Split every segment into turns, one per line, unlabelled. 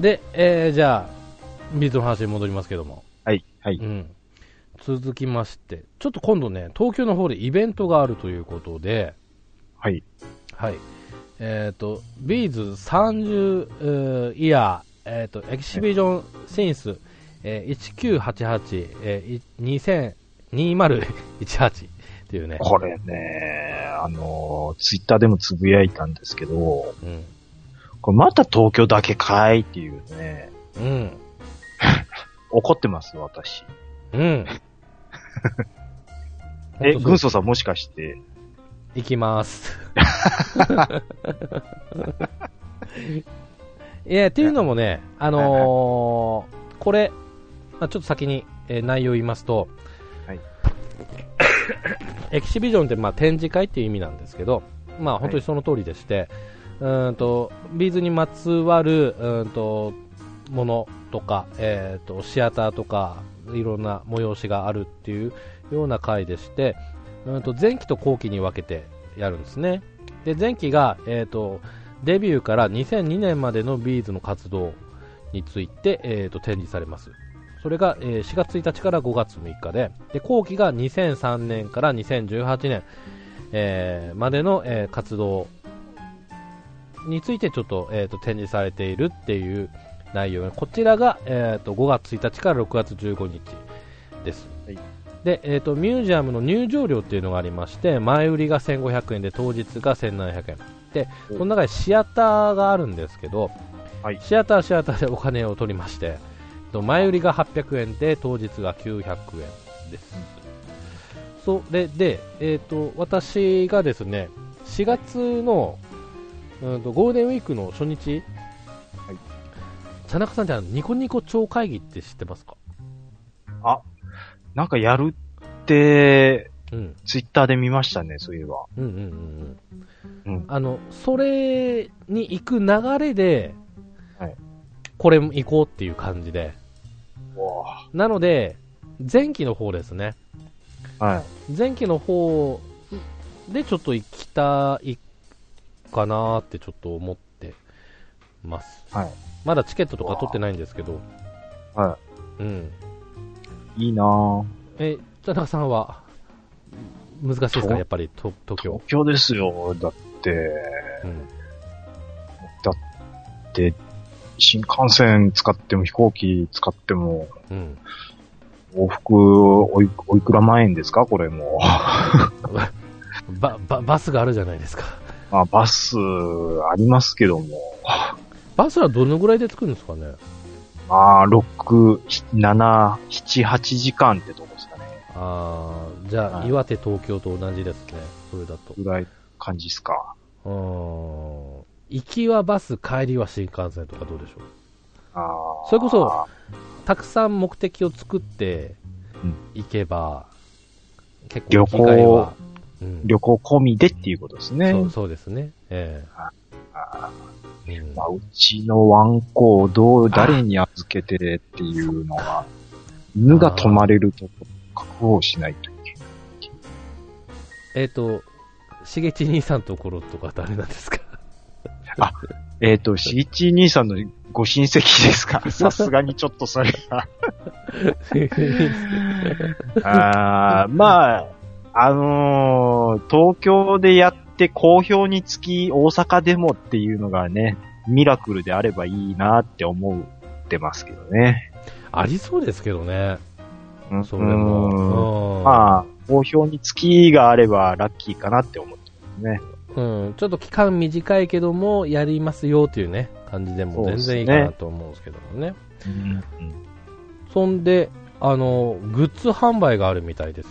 で、えー、じゃあ、ビートの話に戻りますけども。
はい、はい。
うん。続きまして、ちょっと今度ね、東京の方でイベントがあるということで、
はい。
はい。えっ、と、ビーズ30えーイヤー、えっ、と、エキシビジョンシンス、えー1988、えー、2000 2018っていうね。
これね、あの、ツイッターでもつぶやいたんですけど、
うん。
これまた東京だけかいっていうね、
うん。
怒ってます、私。
うん。
え、
ほんとそう
軍曹さんもしかして、
行きます。 いや、っていうのもね、あのーこれ、まあ、ちょっと先に、えー内容を言いますと、
はい
エキシビジョンって、まあ、展示会っていう意味なんですけど、まあ、本当にその通りでして、うーんとビーズにまつわるうーんとものとか、えー、とシアターとかいろんな催しがあるっていうような回でして、うんと前期と後期に分けてやるんですね。で前期が、えー、とデビューから2002年までのビーズの活動について、えー、と展示されます。それが、えー4月1日から5月6日でで後期が2003年から2018年、えーまでの、えー活動についてちょっと,、えーと展示されているっていう内容こちらが、えー、と5月1日から6月15日です、
はい
で、えー、とミュージアムの入場料っていうのがありまして前売りが1500円で当日が1700円で
お
その中にシアターがあるんですけど、
はい
シアターはシアターでお金を取りましてえっと前売りが800円で当日が900円です、それで、えー、と私がですね4月のうんとゴールデンウィークの初日、
はい
田中さんってあのニコニコ超会議って知ってますか、
あ、なんかやるって、
うん、
ツイッターで見ましたね、そういえば。
うんうんうんう
うん
んあのそれに行く流れで、
はい
これも行こうっていう感じで
わ
なので前期の方ですね
はい。
前期の方でちょっと行きたいかなーってちょっと思ってます、
はい
まだチケットとか取ってないんですけど、
は
うん、
い。いいなぁ。
え田中さんは難しいですか
と
やっぱりと東京
東、京ですよ。だって、
うん、
で、新幹線使っても飛行機使っても、
うん、
往復おい、おいくら万円ですかこれも。
ばばバスがあるじゃないですか
まあ、バス、ありますけども。
バスはどのぐらいで着くんですかね
まあ、6、7、7、8時間ってとこですかね。
あーじゃあ、
はい
岩手東京と同じですねそれだと
ぐらい感じですか。
うーん行きはバス帰りは新幹線とかどうでしょう
あー
それこそ、たくさん目的を作って
うん
行けば、結
旅
構
行
機会は、うん
旅行込みでっていうことですね。
そうそうですね、ええうん
まあ、うちのワンコをどう、誰に預けてっていうのが、犬が泊まれるとこ確保しないといけない。
えっ、と、しげち兄さんのところとか誰なん ですか
えっ、と、しぎち兄さんのご親戚で すかさすがにちょっとそれは。あーまあ、あのー東京でやって好評につき大阪でもっていうのがね、ミラクルであればいいなって思ってますけどね。
ありそうですけどね、
うん
それも。
うん
うん
まあ、好評につきがあればラッキーかなって思ってますね。
うん、ちょっと期間短いけども、やりますよというね、感じでも全然いいかなと思うんですけどもね。そんで、あの、グッズ販売があるみたいです。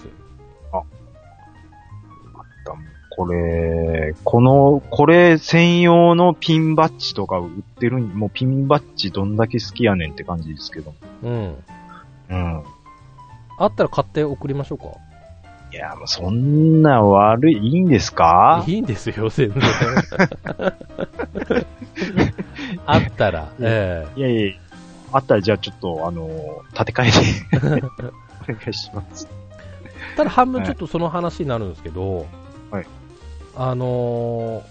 これ、この、これ専用のピンバッジとか売ってるんもうピンバッジどんだけ好きやねんって感じですけど。
うん。
うん。
あったら買って送りましょうか。
いや、もうそんな悪い、いいんですか
いいんですよ、 全然。あったら、え
いやいや、あったらじゃあちょっと、あの、建て替えで お願いします。
えただ半分ちょっとその話になるんですけど、
はい
あのー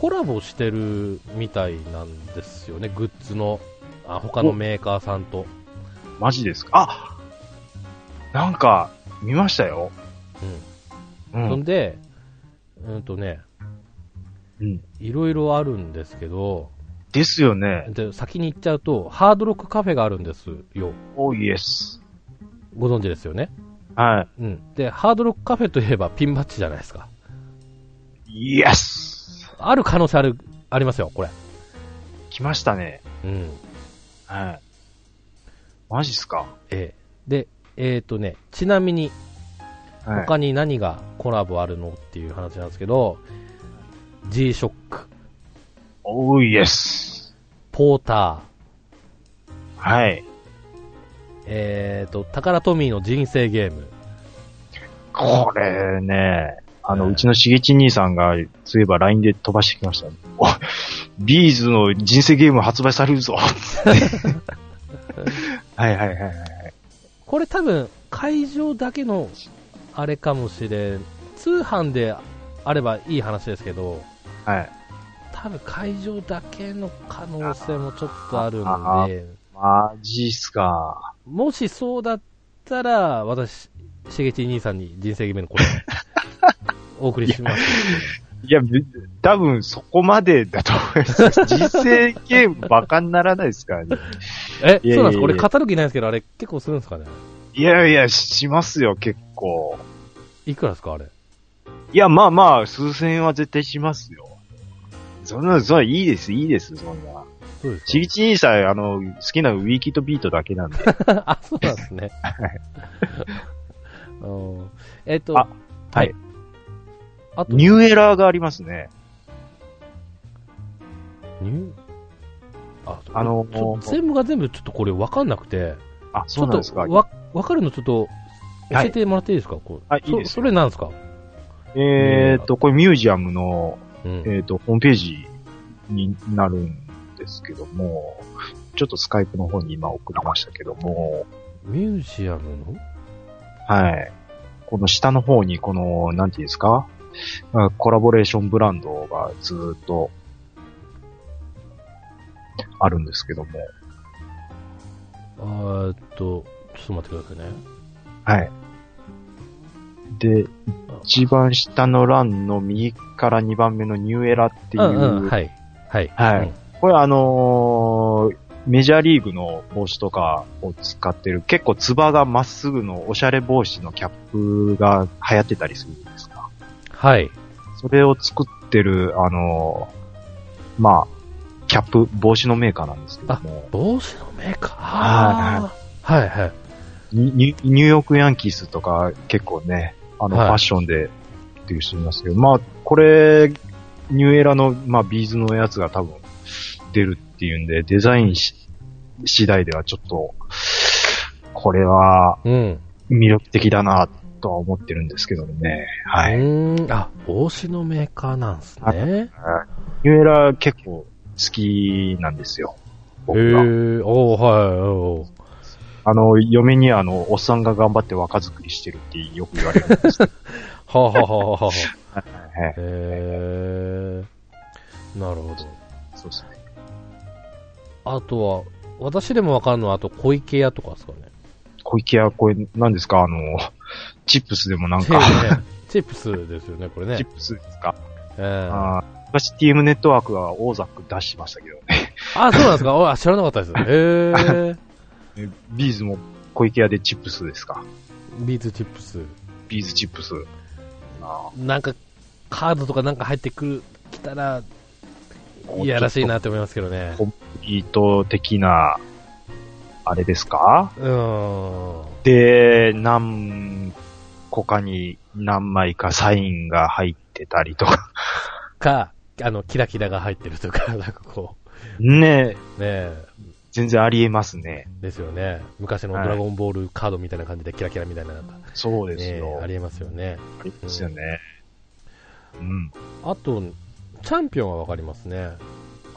コラボしてるみたいなんですよね、グッズのあ他のメーカーさんと。
マジですかあなんか、見ましたよ。う
そん
ん。
で、うんとね、
うん。
いろいろあるんですけど、
ですよね。
で先に行っちゃうと、ハードロックカフェがあるんですよ。
おイエス。
ご存知ですよね。
は
うん。で、ハードロックカフェといえばピンバッジじゃないですか。
い。イエス
ある可能性ある、ありますよ、これ。
来ましたね。
うん。
はい。マジっすか
ええで、えっ、とね、ちなみに、
はい。
他に何がコラボあるのっていう話なんですけど、G-SHOCK、
おイエス。
ポータ
はい。
ー、えっ、と、タカラトミーの人生ゲーム。
これね、あの、
うん
うちのしげち兄さんが、そういえば LINE で飛ばしてきました、おビーズの人生ゲーム発売されるぞつって はいはいはいはい。
これ多分、会場だけの、あれかもしれん。通販であればいい話ですけど、
はい。
多分会場だけの可能性もちょっとある
あ
んで、
マジっすか。
もしそうだったら、私、しげち兄さんに人生ゲームの コラボお送りします。
いや、ぶ多分そこまでだと思います。人生ゲームバカにならないですからね。
え、
いやいやいや
そうなんですか俺、語る気ないんですけど、あれ結構するんですかね
いやいや、しますよ、結構。
いくらですか、あれ。
いや、まあまあ、数千円は絶対しますよ。そんな、そんな、いいです、いいです、そんな。
そうですか
ちぎち兄さん、あの、好きなウィキとビートだけなん で。
あ、そうなんですね。 うんえっと、
あはい。
あと、
ニューエラーがありますね。
ニューあ、
あの
ちょ
もう
全部が全部ちょっとこれ分かんなくて、
あ、そうなんですか
ちょっ。とわ分かるのちょっと教
は
え
い
てもらっていいですか、こう
はいいい
そ
ですよ
それなんですか、
えーっと、これミュージアムの、
うん
えーっと、ホームページになるんですけども、ちょっとスカイプの方に今送りましたけども、
ミュージアムの
はい。この下の方に、この、なんていうんですかあコラボレーションブランドがずーっと、あるんですけども、
あーっと、ちょっと待ってくださいね。
はい。で、一番下の欄の右から二番目のニューエラっていう、
うんうん、はい。はい。
はい
うん
これあのーメジャーリーグの帽子とかを使ってる、結構つばがまっすぐのおしゃれ帽子のキャップが流行ってたりするんですか
はい。
それを作ってる、あのーまあ、キャップ、帽子のメーカーなんですけども、
帽子のメーカーあーはいはい。
ニニニューヨークヤンキースとか結構ね、あの、
はい
ファッションでっていう人いますけど、まあ、これ、ニューエラの、まあ、ビーズのやつが多分出るっていうんで、デザインし次第ではちょっと、これは
うん。
魅力的だなとは思ってるんですけどもね。は
う
い。
ーん。あ、帽子のメーカーなんです
あ
ね。
ニューエラ結構好きなんですよ。
へえ
僕が。
おーはい、おー
あの、嫁にあの、おっさんが頑張って若作りしてるってよく言われるんで すけど。
はあ、はあはあはあはあ、
はい
へえなるほど。
そうですね。
あとは、私でもわかるのは、あと、小池屋とかですかね。
小池屋、これ、何ですかあの、チップスでもなん
チー
か、
ムねチップスですよね、これね
チッ。プスですか、
えーあ
あー昔 TM ネットワークはオーザック出してましたけどね。
そうなんですかおあ知らなかったです。へえ
ビーズも小池屋でチップスですか
ビーズチップス。
ビーズチップス。あ
なんか、カードとかなんか入ってくる、来たら、
ー
いやらしい。
ちょっ
なって思いますけどね。
とビート的な、あれですか
うーん。
で、何個かに何枚かサインが入ってたりとか。
か、あの、キラキラが入ってるとか、 なんかこ
ねえ
う、ねえ、
全然ありえますね。
ですよね。昔のドラゴンボールカードみたいな感じでキラキラみたいな、なんか、
そうです
ねえ
よ。
ありえますよね。
ありますよね。うん。
あと、チャンピオンはわかりますね。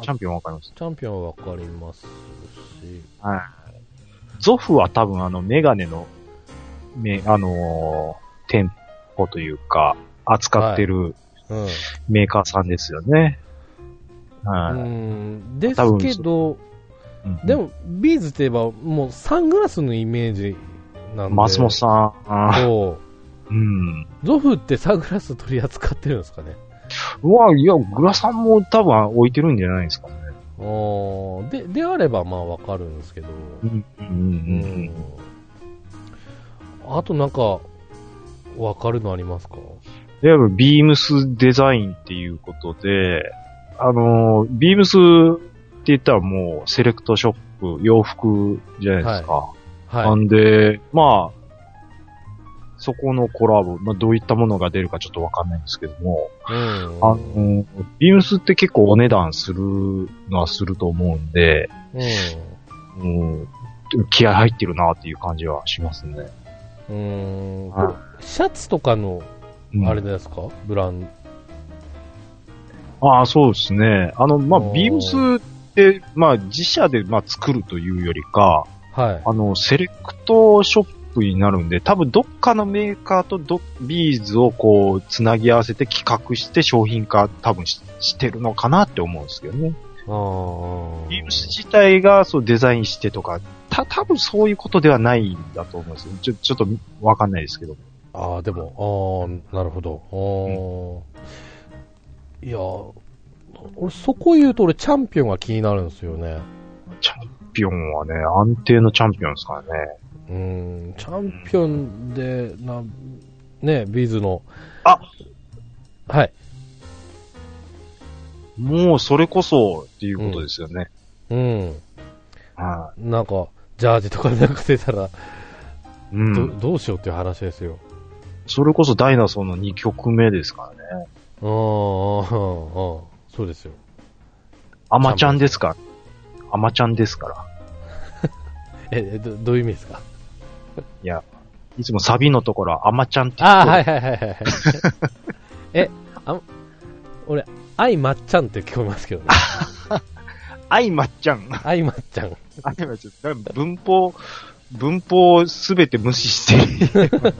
チャンピオンわかります
チャンピオンはわかりますし、
ゾフは多分あのメガネの、め、あのー店舗というか、扱ってる
うん。
メーカーさんですよね。
う
はい。
ん、ですけど、
うん
で、も、ビーズって言えば、もうサングラスのイメージなんで。
松本さん。
そ
うん。
う。ゾフってサングラス取り扱ってるんですかね。
うわ、いや、グラさんも多分置いてるんじゃないですかね。
おーで、であればまあわかるんですけど。
うん。うん。うん。
あとなんか、わかるのありますか
で、やっぱビームスデザインっていうことで、あのー、ビームスって言ったらもうセレクトショップ、洋服じゃないですか。な
はい。
んで、まあ、そこのコラボ、まあどういったものが出るかちょっとわかんないんですけども、
うん
あのー、ビームスって結構お値段するのはすると思うんで、うん、気合入ってるなっていう感じはしますね。
うん。うん。こ
は
れシャツとかの、
うん
あれですか、ブランド。
ああ、そうですね。あの、ま
おー
あ、ビームスって、まあ、自社で、まあ、作るというよりか、
はい。
あの、セレクトショップになるんで、多分どっかのメーカーとどビーズをこう、つなぎ合わせて企画して商品化多分ししてるのかなって思うんですけどね。
あー
ビームス自体がそうデザインしてとか、た、多分そういうことではないんだと思うんですよ。ちょ、ちょっとわかんないですけど。
ああ、でも、ああ、なるほど。あーいやー、俺そこ言うと俺チャンピオンが気になるんですよね。
チャンピオンはね、安定のチャンピオンですからね。
うん、チャンピオンで、な、ね、ビーズの。
あ
はい。
もうそれこそっていうことですよね。
うん。
はい
なんか、ジャージとかなんか出たら、
う
ど
ん。
どうしようっていう話ですよ。
それこそダイナソーの2曲目ですからね。
うん、うん、うん、そうですよ。
アマちゃんですかアマちゃんですから。
え、えどどういう意味ですか
いつもサビのところはアマちゃんって
ああ、はいはいはいはいはい。え、あ、俺、愛まっちゃんって聞こえますけどね。
アイマちゃん。
愛まっちゃん。
アイマちゃん。文法、文法をすべて無視してる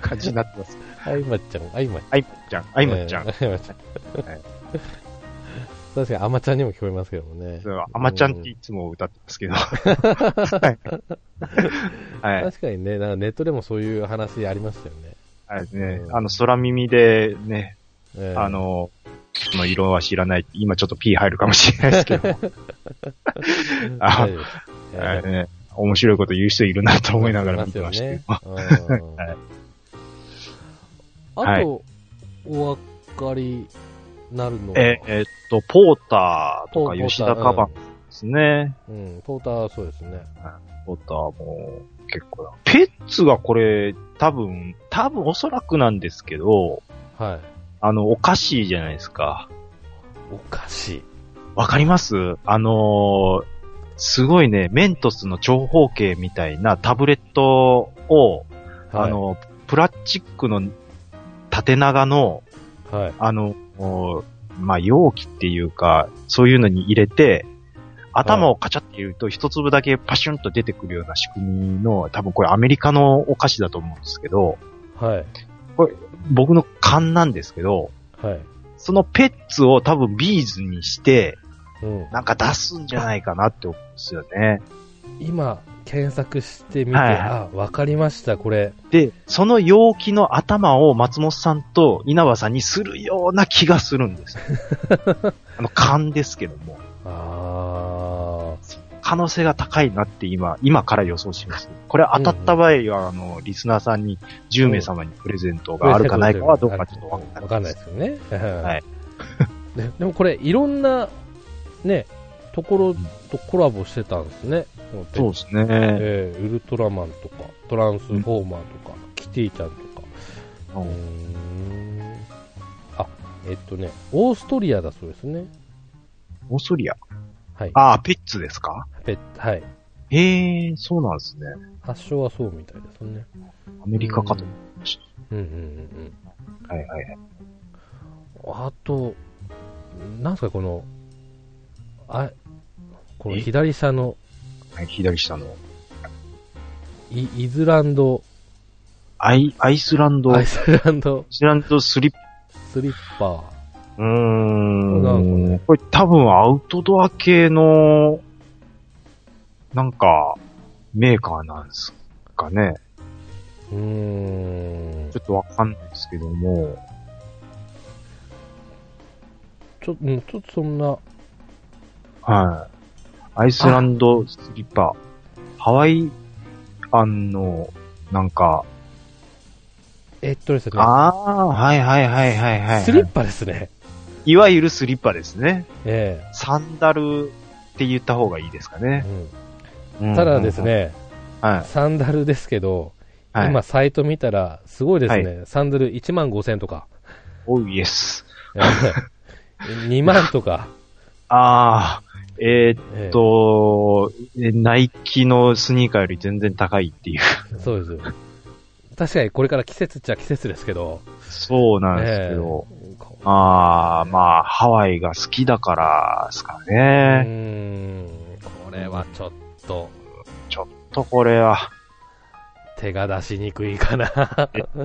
感じになってます。
愛まっちゃん、愛まっち
アイマちゃん。ア
ゃ
イマちゃん。
えー愛まっちゃん
はい。
確かに、あまちゃんにも聞こえますけどもね。
アマちゃんっていつも歌ってますけど。はい。はい。
確かにね、なんかネットでもそういう話ありましたよね。
はいね、あの、空耳でね、
えー
あ、の、その色は知らない。今ちょっと P 入るかもしれないですけど、
大丈夫で
あ
すえー
ね面白いこと言う人いるなと思いながら見てましたけど。
ますよね。うんあ
はい
と、お分かりなるのは、
ええっと、ポーターと
ポー
か
ポーター
吉田カバンですね。
うん、ポーターはそうですね。
ポーターも結構だ。ペッツがこれ、多分、多分おそらくなんですけど、
はい。
あの、お菓子じゃないですか。
おかしい。
わかりますあのーすごいね、メントスの長方形みたいなタブレットを、
はい
あ、の、プラスチックの縦長の、
はい。
あの、おまあ、容器っていうか、そういうのに入れて、頭をカチャって入れると一粒だけパシュンと出てくるような仕組みの、多分これアメリカのお菓子だと思うんですけど、
はい。
僕の勘なんですけど、
はい。
そのペッツを多分ビーズにして、
うん、
なんか出すんじゃないかなって思うんですよね。
今、検索してみて、
はいはい
あ、わかりました、これ。
で、その容器の頭を松本さんと稲葉さんにするような気がするんです。あの、勘ですけども。
あー
可能性が高いなって今、今から予想します。これ当たった場合は、あの、リスナーさんに10名様にプレゼントがあるかないかはどうかちょっとわ
わかんない
で
ですよね。
い
ででもこれ、いろんな、ね、ところとコラボしてたんですね。このペ
す。そうですね。
えーウルトラマンとか、トランスフォーマーとか、キティちゃんとか。
うん
うーんあ、えっとね、オーストリアだそうですね。
オーストリア。
はい。
ああ、ペッツですか
ペはい。
へえ、そうなんですね。
発祥はそうみたいですね。
アメリカかと。
うんうんうん
はいはいはい。
うん。あと、なんすかこの、あ、この
え
左下の
はい左下の。
イイズランド、
アイ、アイスランド、
ア
ア
イ
イ
スランド
スランドスリッ
スリッパー。
うー
なんか
ん
ね。
これ多分アウトドア系のなんか、メーカーなんですかね。
うーん
ちょっとわかんないですけども。
ちょ,、うん、ちょっとそんな、
はい。アイスランドスリッパ。ハワイアンの、なんか、
えっとですね、
ああ、はいはいはいはいはい。
スリッパですね。
いわゆるスリッパですね。
え
サンダルって言った方がいいですか
え
ね。
うんただですね、
うん。はい。
サンダルですけど、
はい、
今、サイト見たら、すごいですね、サンダル1万5000とか、
おう、イエス。
2万とか、
ああ、えーっ
ええ
と、えナイキのスニーカーより全然高いっていう。
そうですよ。確かにこれから季節っちゃ季節ですけど、
そうなんですけど。
こ
ああ、まあ、ハワイが好きだからですか
う
ね。
ーん、これはちょっと
ちょっとこれは、
手が出しにくいかな。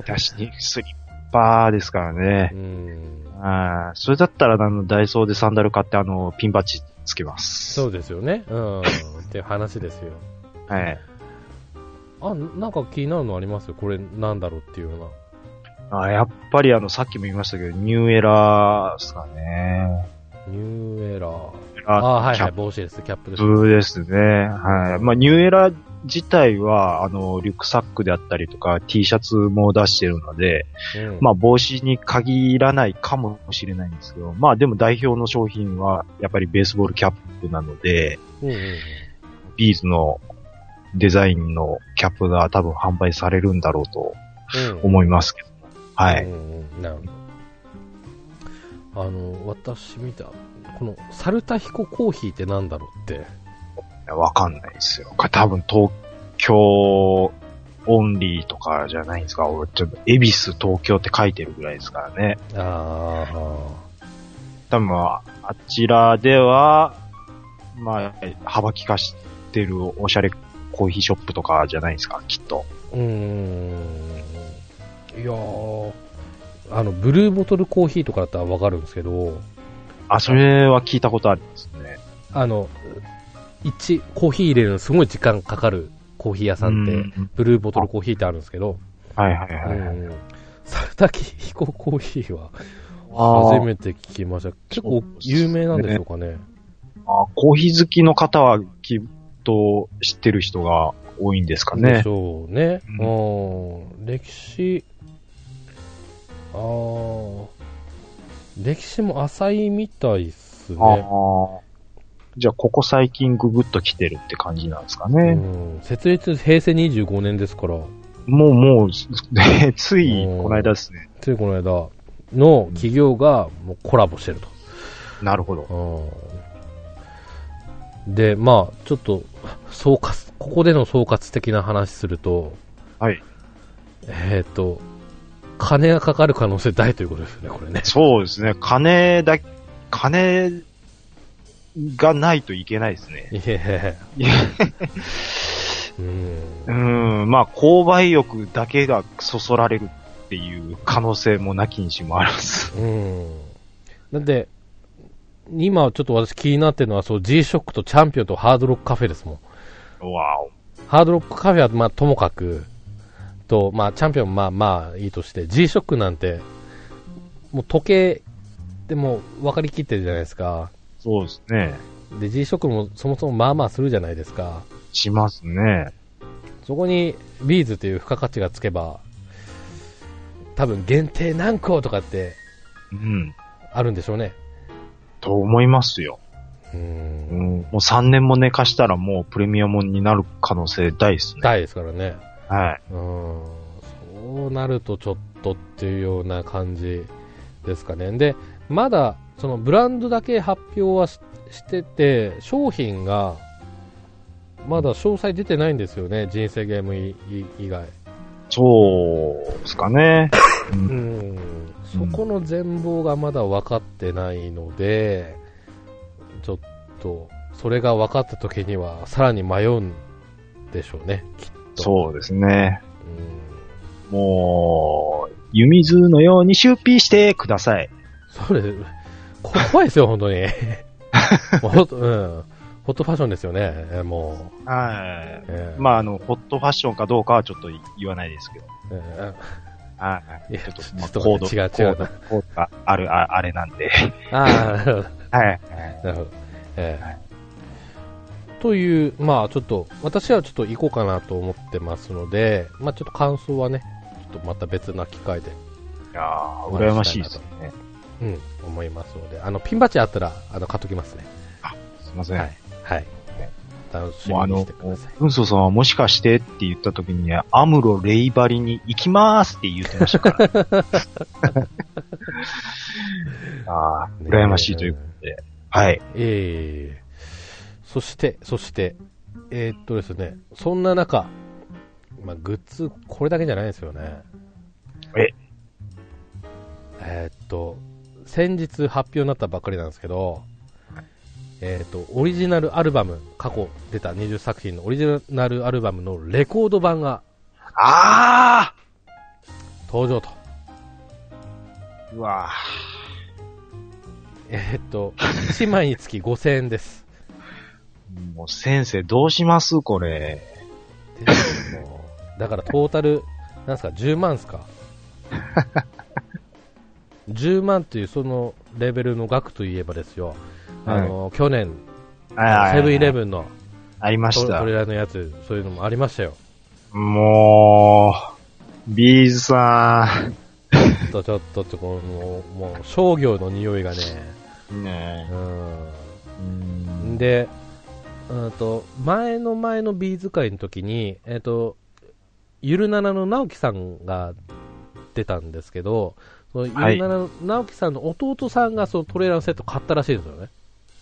出しにスリッパーですからね
う。ん
あーそれだったら、あの、ダイソーでサンダル買って、あの、ピンバッジつけます。
そうですよね。うん。っていう話ですよ。
はい。
あ、なんか気になるのありますよ。これなんだろうっていうよ
あやっぱり、あの、さっきも言いましたけど、ニューエラーですかね。
うな。ニューエラー。あ
あ
はい
キャ
は
ッ
い。帽子です。キャップです。
プですね。はい。まあ、ニューエラー自体は、あの、リュックサックであったりとか、T シャツも出してるので、
うん
まあ、帽子に限らないかもしれないんですけど、まあ、でも代表の商品は、やっぱりベースボールキャップなので、
うんうんうん
ビーズのデザインのキャップが多分販売されるんだろうと
うん
思いますけど。はい。
うんうんなるほど。あの、私見た、この、サルタヒココーヒーってなんだろうって。
わかんないですよ。多分東京オンリーとかじゃないんですか。俺ちょっと、恵比寿東京って書いてるぐらいですからね。
ああ。
多分、ああちらでは、まあ、幅利かしてるおしゃれコーヒーショップとかじゃないですか、きっと。
うーん。いやーあの、ブルーボトルコーヒーとかだったらわかるんですけど、
あ、それは聞いたことありますね。
あの、一、コーヒー入れるのすごい時間かかるコーヒー屋さんって、
うん
ブルーボトルコーヒーってあるんですけど、
はいはいはい。
うんサルタキヒココーヒーは
あー
初めて聞きました。結構有名なんでしょうかね。
あコーヒー好きの方はきっと知ってる人が多いんですか
で
ね
し。ょうね。
う
うん、歴史、あー歴史も浅いみたいっすね。
ああ。じゃあ、ここ最近ググッと来てるって感じなんですか
う
ね。
ん、設立平成25年ですから、
もうもう、 ついこの間ですね。
ついこの間の企業がもうコラボしてる
なるほど。
と。うん、で、まあ、ちょっと、総括、ここでの総括的な話すると、
はい。
えっ、と、金がかかる可能性大ということですね、これね。
そうですね。金だ、金がないといけないですね。
いえ
いや
うん。
うん、まあ、購買欲だけがそそられるっていう可能性もなきにしもあらず。
うん。なんで、今ちょっと私気になってるのは、そう、G-SHOCK とチャンピオンとハードロックカフェですもん。
わお。
ハードロックカフェは、まあ、ともかく、と、まあ、チャンピオン、まあまあ、いいとして、G-SHOCK なんて、もう時計でもう分かりきってるじゃないですか。
そうですね。
で、G-SHOCK もそもそもまあまあするじゃないですか。
しますね。
そこに、ビーズという付加価値がつけば、多分限定何個とかって
うん。
あるんでしょうね。
と思いますよ。
うー。
うんん。もう3年も寝かしたらもうプレミアムになる可能性大ですね。
大ですからね。
はい。
うーん。そうなるとちょっとっていうような感じですかね。で、まだ、そのブランドだけ発表はししてて、商品が、まだ詳細出てないんですよね、人生ゲームいい以外。
そうですかね。
うーん。そこの全貌がまだ分かってないので、ちょっと、それが分かった時には、さらに迷うんでしょうね、きっと。
そうですね。
うん
もう、湯水のように出費してください。
それ、こ怖いですよ、本当に。もうほんとうん。ホットファッションですよね、えーもう。
はい。
えー
まあ、あの、ホットファッションかどうかはちょっと言わないですけど。
えー
は
い
い。
や
ちょっと、
ち
ま
ょ
あ
っと
コード、
違う
コー
違
ド
う
コードがある、ああれなんで。
ああ、なるほど
はい。
なるほど。ええ
はい
という、まあちょっと、私はちょっと行こうかなと思ってますので、まあちょっと感想はね、ちょっとまた別な機会で、
いやー、羨ましいですね。
うん、思いますので、あの、ピンバッジあったら、あの、買っときますね。
すいません。
はいはい。楽し
もうあ
みに
の
してください。、
うんそうさんはもしかしてって言った時にね、アムロレイバリに行きますって言ってましたから。 ああ、羨ましいということで。はい。
ええそして、そして、えーっとですね、そんな中、まあ、グッズ、これだけじゃないですよね。
え
えーっと、先日発表になったばっかりなんですけど、えーっと、オリジナルアルバム、過去出た20作品のオリジナルアルバムのレコード版が
ああ
登場と。
うわあ
えーっと、1枚につき5000円です。
もう先生どうしますこれ。
ですよもうだからトータル、なんすか、10万すか ?10 万というそのレベルの額といえばですよ、あの、去年、セブンイレ
ン。
ブンの
ありま
ト
し
ト
た
レ。ーラーのやつ、そういうのもありましたよ。
もう、ビーズさ
ちょっとちょっとってこう、もう、もう商業の匂いがね、
ん。ね
う。
えうんん
で、うんと、前の前のビーズ会の時に、えっ、と、ゆるななの直樹さんが出たんですけど、そのゆ
はい
るななの直樹さんの弟さんがそのトレーラーのセット買ったらしいんですよね。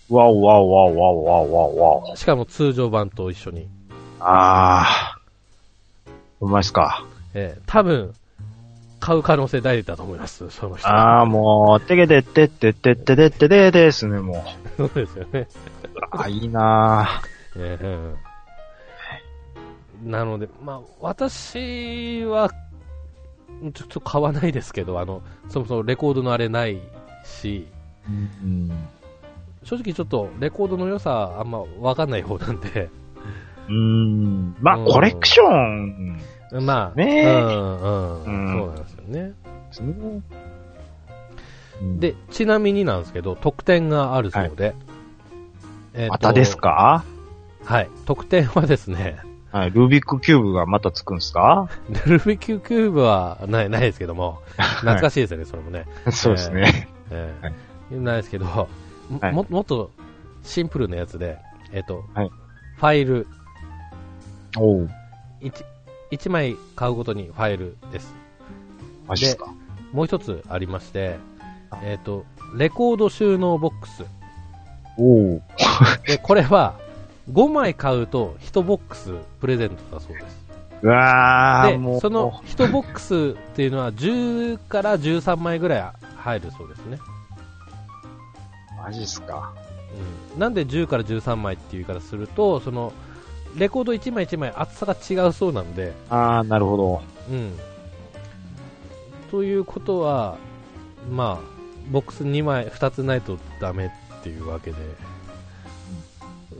わおわおわおわおわおわおわお。
しかも通常版と一緒に。
ああ。うまいっすか。
えー多分、買う可能性大だと思います、その人。
ああ、もう、てけでってってってってでってでですね、も う。
そうですよね。
あーいいな
ええなので、まあ、私は、ちょっと買わないですけど、あの、そもそもレコードのあれないし、
ぁ。うん。
正直ちょっとレコードの良さあんまわかんない方なんで、
うん。まあ、
うん
コレクション
まあ、
ねえ
うん、うん、
うん
そうなんですよね。
ですね。
で、ちなみになんですけど、特典があるそうで、えーと
またですか
はい、特典はですね、
はい。ルービックキューブがまたつくんすか
ルービックキューブはない、ないですけど も、懐かしいですよね、それもね。
そうですね。
ええ
はい
ないですけど、も
はい
ももっとシンプルなやつで、えっと
はい
ファイル
おう。
1、一枚買うごとにファイルです。
マジっすか。
もう一つありまして
あ、
えっとレコード収納ボックス。
おう。
でこれは5枚買うと1ボックスプレゼントだそうです。
うわぁ、も
で、
う。
その1ボックスっていうのは10から13枚ぐらい入るそうですね。
マジっすか。
うんなんで10から13枚っていう言い方するとそのレコード1枚1枚厚さが違うそうなんで、
ああ、なるほど。
うん、ということは、まあ、ボックス2枚2つないとダメっていうわけで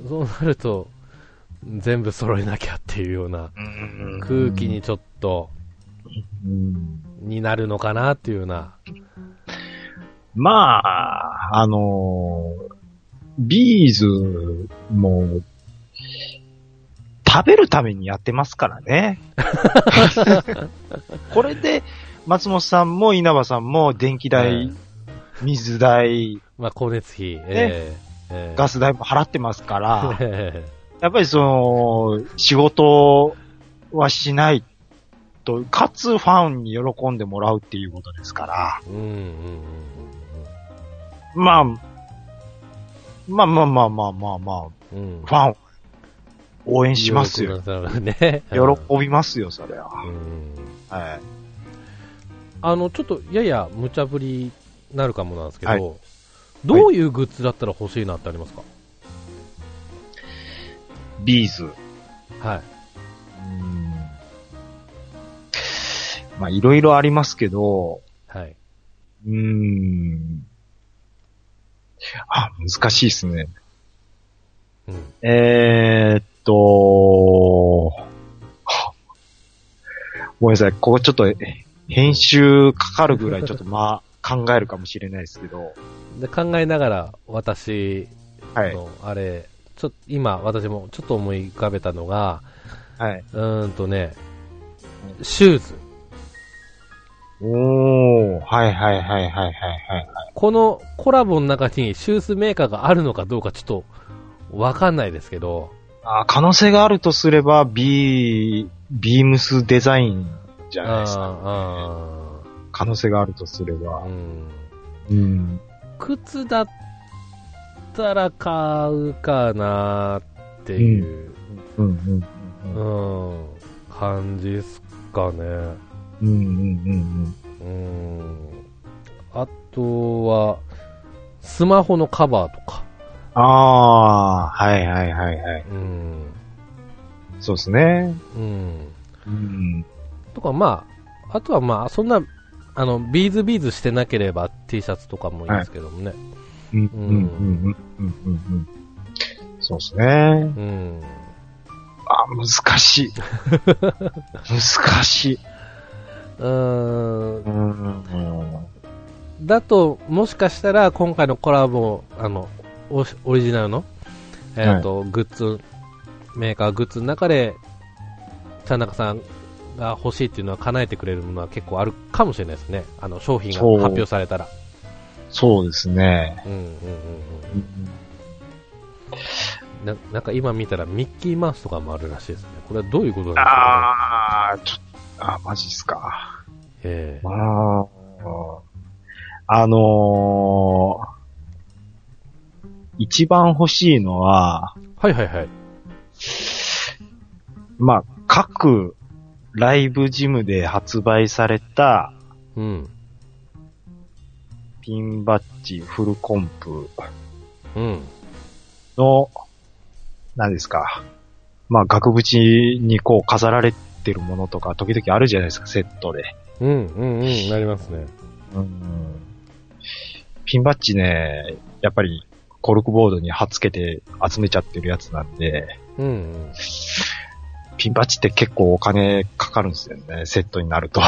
そうなると全部揃えなきゃっていうような空気に。ちょっと
うん
になるのかなっていうような、
まあ、あのービーズも、食べるためにやってますから ね。これで、松本さんも稲葉さんも電気代、
うん
水代、
まあ、光熱費、ええええ
ガス代も払ってますから、
ええ
やっぱりその、仕事はしないと、かつファンに喜んでもらうっていうことですから。
うんうんうんうん
まあ、まあまあまあまあまあま
うんうん
あ、ファン、応援しますよ。
喜ぶね。
喜びますよ、それは。
うん
はい。
あの、ちょっとやや無茶ぶりになるかもなんですけど、
はい
どういうグッズだったら欲しいなってありますか
ビーズ。
はい。
まあ、いろいろありますけど、
はい。
うーん。あ、難しいですね。
うん。
えー、っと、ごめんなさい、ここちょっとえ編集かかるぐらいちょっとまあ考えるかもしれないですけど、
で、考えながら、私
はい。
の、あれ、ちょっと、今、私もちょっと思い浮かべたのが、
はい。
うーんとね、シューズ。
おー、はいはいはいはいはいはい。
このコラボの中にシューズメーカーがあるのかどうかちょっとわかんないですけど、
あー可能性があるとすれば、ビー、ビームスデザインじゃないですか。
あ
可能性があるとすれ
あ、
ば
う。ん。
うん。
靴だったら買うかなっていう、
うんう
う
ん。
ん、感じっすかね。
うんうんうん
うん。あとは、スマホのカバーとか。
うん。あー、はいはいはいはい。
うん。
そうですね。
うん。
うん。
とか、まあ、あとはまあ、そんな、あの、ビーズビーズしてなければ T シャツとかもいいですけどもね。
うんうんうんうんうんうんうん。そうですね。
うん。
あ、難し い。難しい。
うん
う。ん。
だと、もしかしたら、今回のコラボ、あの、オシオリジナルの、えっ、と、グッズ、メーカーグッズの中で、田中さんが欲しいっていうのは叶えてくれるものは結構あるかもしれないですね。あの、商品が
そう
発表されたら。
そうですね。
うんうんうんうん。ななんか今見たらミッキーマウスとかもあるらしいですね。これはどういうことなんですかね。
あー、ちょっと、あ、マジっすか。
ええ
あーあのー、一番欲しいのは、
はいはいはい。
まあ、各ライブジムで発売された
うん。
ピンバッジフルコンプ
うん。
の、何ですか。まあ、額縁にこう飾られてるものとか、時々あるじゃないですか、セットで。
うんうんうん。なりますね。
うん。ピンバッジね、やっぱりコルクボードに貼っつけて集めちゃってるやつなんで、
うん、うん。
ピンバッジって結構お金かかるんですよね、セットになると。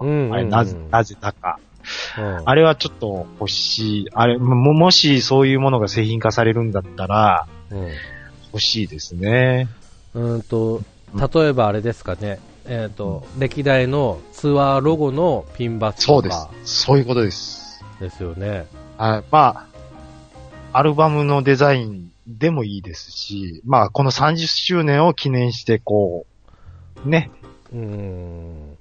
うんうん、うん。
あれなぜ、なぜだか。
うん
あれはちょっと欲しい。あれ、も、もしそういうものが製品化されるんだったら、欲しいですね。
うん、うんと例えばあれですかね、えーと歴代のツアーロゴのピンバッジ
そ
と
うです
か。
そういうことです。
ですよね。
はい。まあ、アルバムのデザインでもいいですし、まあ、この30周年を記念して、こう、ね、
うん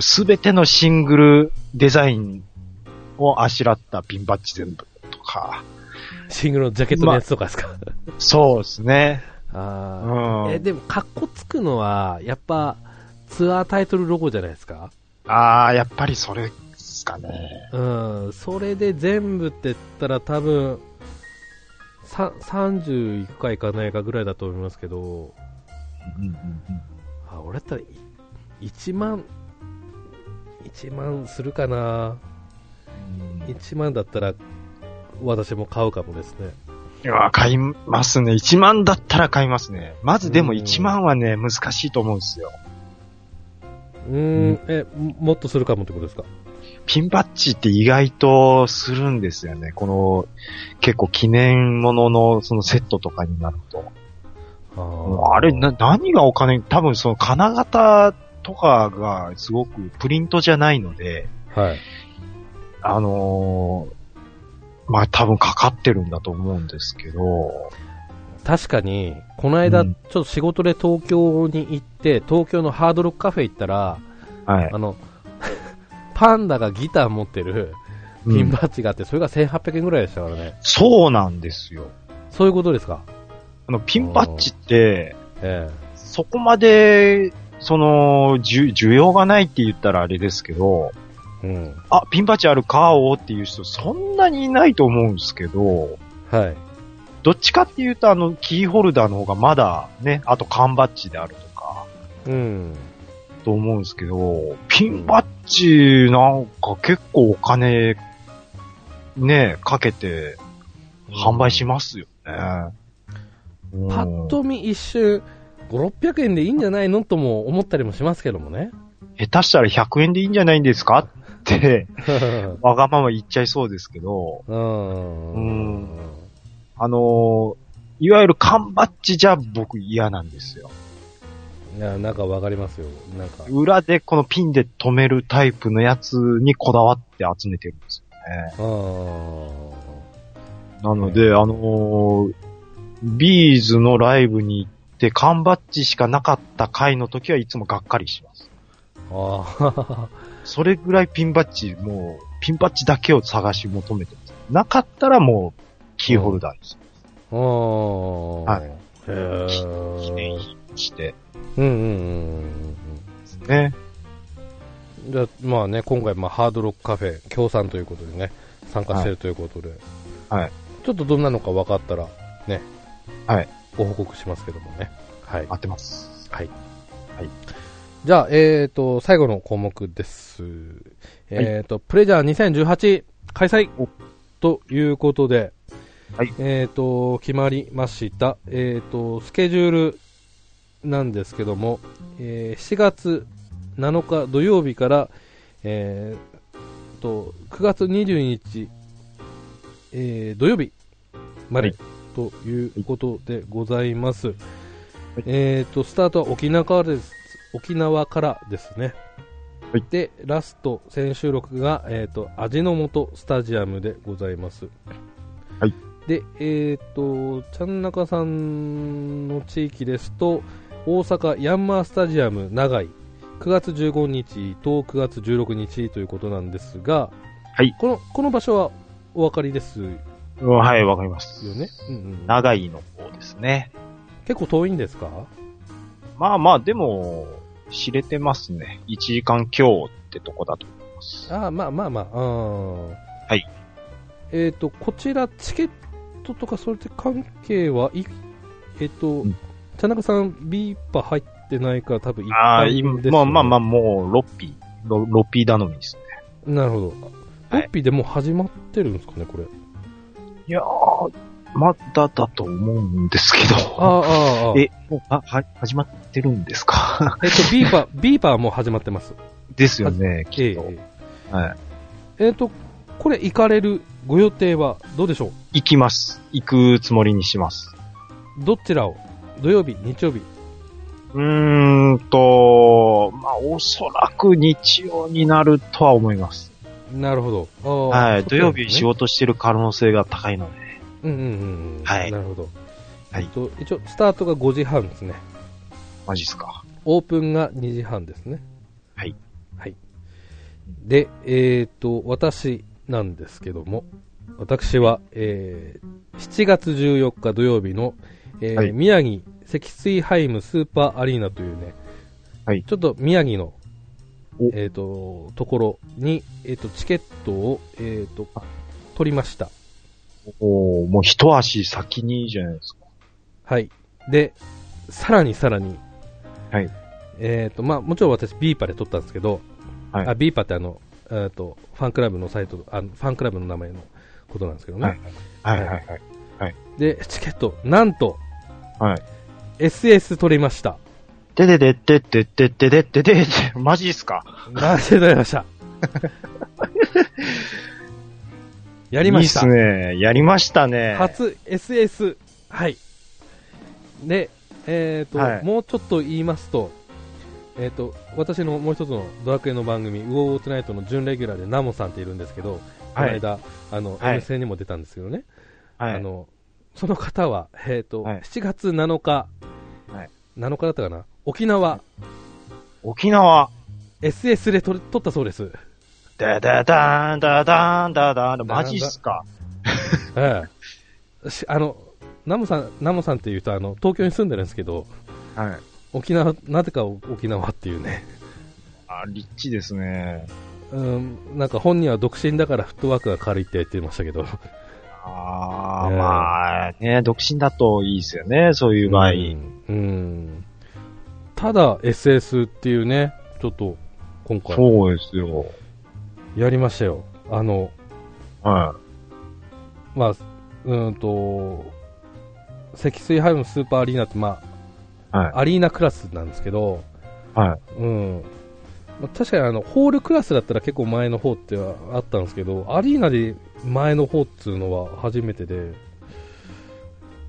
すべてのシングルデザインをあしらったピンバッジ全部とか。
シングルのジャケットのやつとかですか、
そうですね。う
あー
ん。
えでも、かっこつくのは、やっぱツアータイトルロゴじゃないですか、
ああ、やっぱりそれですかね。
うん、それで全部って言ったら、多分さ30いくかいかないかぐらいだと思いますけど、
うんうんうんうん
あ俺だったらい1万1万するかな1万だったら私も買うかもですね
いや、買いますね。1万だったら買いますね。まずでも
うん
1万はね、難しいと思うんですよ。
うーん
うん
えももっとするかもってことですか
ピンバッジって意外とするんですよね。この、結構記念物のそのセットとかになると。
あー
あれ、な、何がお金、多分その金型とかがすごくプリントじゃないので、
はい
あのーまあ、多分かかってるんだと思うんですけど、
確かにこの間、
うん
ちょっと仕事で東京に行って東京のハードロックカフェ行ったら
はい
あ。の パンダがギター持ってるピンバッジがあって、それが1800円ぐらいでしたからね
そうなんですよ。
そういうことですか
あの、ピンバッジって、
え
そこまで、その、じゅ需要がないって言ったらあれですけど、
えうん
あ、ピンバッチある買おうっていう人そんなにいないと思うんですけど、
はい
どっちかっていうとあの、キーホルダーの方がまだね、あと缶バッジであるとか、
うん
と思うんですけど、ピンバッジなんか結構お金、ね、かけて販売しますよね。うん
パッと見一瞬、5、600円でいいんじゃないのとも思ったりもしますけども ね。
下手したら100円でいいんじゃないんですかって、 わがまま言っちゃいそうですけど、
うん。
うんあのーいわゆる缶バッジじゃ僕嫌なんですよ。
いや、なんかわかりますよ。なんか。
裏でこのピンで止めるタイプのやつにこだわって集めてるんですよね。
う
なので、あのービーズのライブに行って缶バッジしかなかった回の時はいつもがっかりします。
ん。ああ。
それぐらいピンバッジ、もう、ピンバッジだけを探し求めてます。なかったらもう、キーホルダーにして
うん。
はい
へえ。
記念品にして
うんうんうんうん
ですね。
うん。じゃあまあね、今回、まあ、ハードロックカフェ、協賛ということでね、参加してるということで。
はいはい。
ちょっとどんなのか分かったら、ね。
はい。
ご報告しますけどもね。はい
合。ってます。
じゃあ、えっ、ー、と、最後の項目です。えっ、と、プレジャー2018開催
お
ということで、
はい
えっ、と、決まりました。えっ、と、スケジュールなんですけども、えー7月7日土曜日から、えーと、9月22日、えー土曜日まで、
はい
ということでございます。えっ、と、スタートは沖縄からです。沖縄からですね。
はい
で、ラスト、先収録が、えっ、と、味の素スタジアムでございます。
はい。
で、えっ、と、ちゃんなかさんの地域ですと、大阪ヤンマースタジアム長井、9月15日と9月16日ということなんですが、
はい
この、この場所はお分かりですよ
うんはい、わかります。
ね。うんうん、
長井の方ですね。
結構遠いんですか
まあまあ、でも、知れてますね。1時間強ってとこだと思います。
ああまあまあまあ、うん。
はい。
えっ、と、こちら、チケットとか、それって関係は、いえっ、と
うん、
田中さん、ビーパー入ってないから、多分一
ああ、
般
今、
です
まあまあまあ、
あ。
もう、ロッピー、ロロッピー頼みですね。
なるほど。
は
ロ
い
ッピーでもう始まってるんですかね、これ。
いやー、まだだと思うんですけど。
ああ、ああ、えっ
え、もう、あ、は、始まってるんです か
と、ビーパー、ビーパーもう始まってます。
ですよね、
え
きっ
え
と。はい。
えっ、と、これ、行かれるご予定はどうでしょう
行きます。行くつもりにします。
どちらを土曜日、日曜日。
うーんと、まあ、おそらく日曜になるとは思います。
なるほど。ああ
はい。
そ
土
うなん
曜
ですね
日仕事してる可能性が高いので。
うんうんうんうん。
はい
なるほど。
はい
えっと、一応、スタートが5時半ですね。
マジっすか。
オープンが2時半ですね。
はい。
はい。で、えっ、と、私なんですけども、私は、えー7月14日土曜日の、えー
はい
宮城積水ハイムスーパーアリーナというね、
はい
ちょっと宮城の
お、
えっ、と、ところに、えっ、と、チケットを、えっ、と
あ、
取りました。
おーもう一足先にいいじゃないですか。
はい。で、さらにさらに、
はい。
えっ、と、まあ、もちろん私、ビーパで撮ったんですけど、
はい
あビーパってあの、えーと、ファンクラブのサイト、あのファンクラブの名前のことなんですけどね。
はいはいはいはい。
で、チケット、なんと、
はい。
SS 取りま した。
ででででででででででで、マジっすか。
なんで取りま した。やりました。
いいっすね。やりましたね。
初 SS。はい。で、えっ、と、
はい
もうちょっと言いますと、えっ、と、私のもう一つのドラクエの番組、ウォーウォートナイトの準レギュラーでナモさんっているんですけど、この
はい。
間、あの、
はい
M 戦にも出たんですけどね、
はい
あの、その方は、えっ、と、
はい
7月7日、
はい
7日だったかな、沖縄、
沖縄。
SS で撮れ撮ったそうです。
だだだーんだだーんだだーんマジっすか。
ええしあの、ナモさん、ナモさんっていう人は、あの、東京に住んでるんですけど、
はい。
沖縄、なぜか沖縄っていうね、
あ、立地ですね。
うん、なんか本人は独身だからフットワークが軽いって言ってましたけど、
ああ、
ねえ
まあ、ね、独身だといいですよね、そういう場合。
うんうんただ SS っていうね、ちょっと今回
そうですよ。
やりましたよ。あの、
は
まあ、うーんと、積水ハイムスーパーアリーナって、まあ、
はい
アリーナクラスなんですけど、
はい。
うん。まあ確かにあの、ホールクラスだったら結構前の方ってはあったんですけど、アリーナで前の方っていうのは初めてで、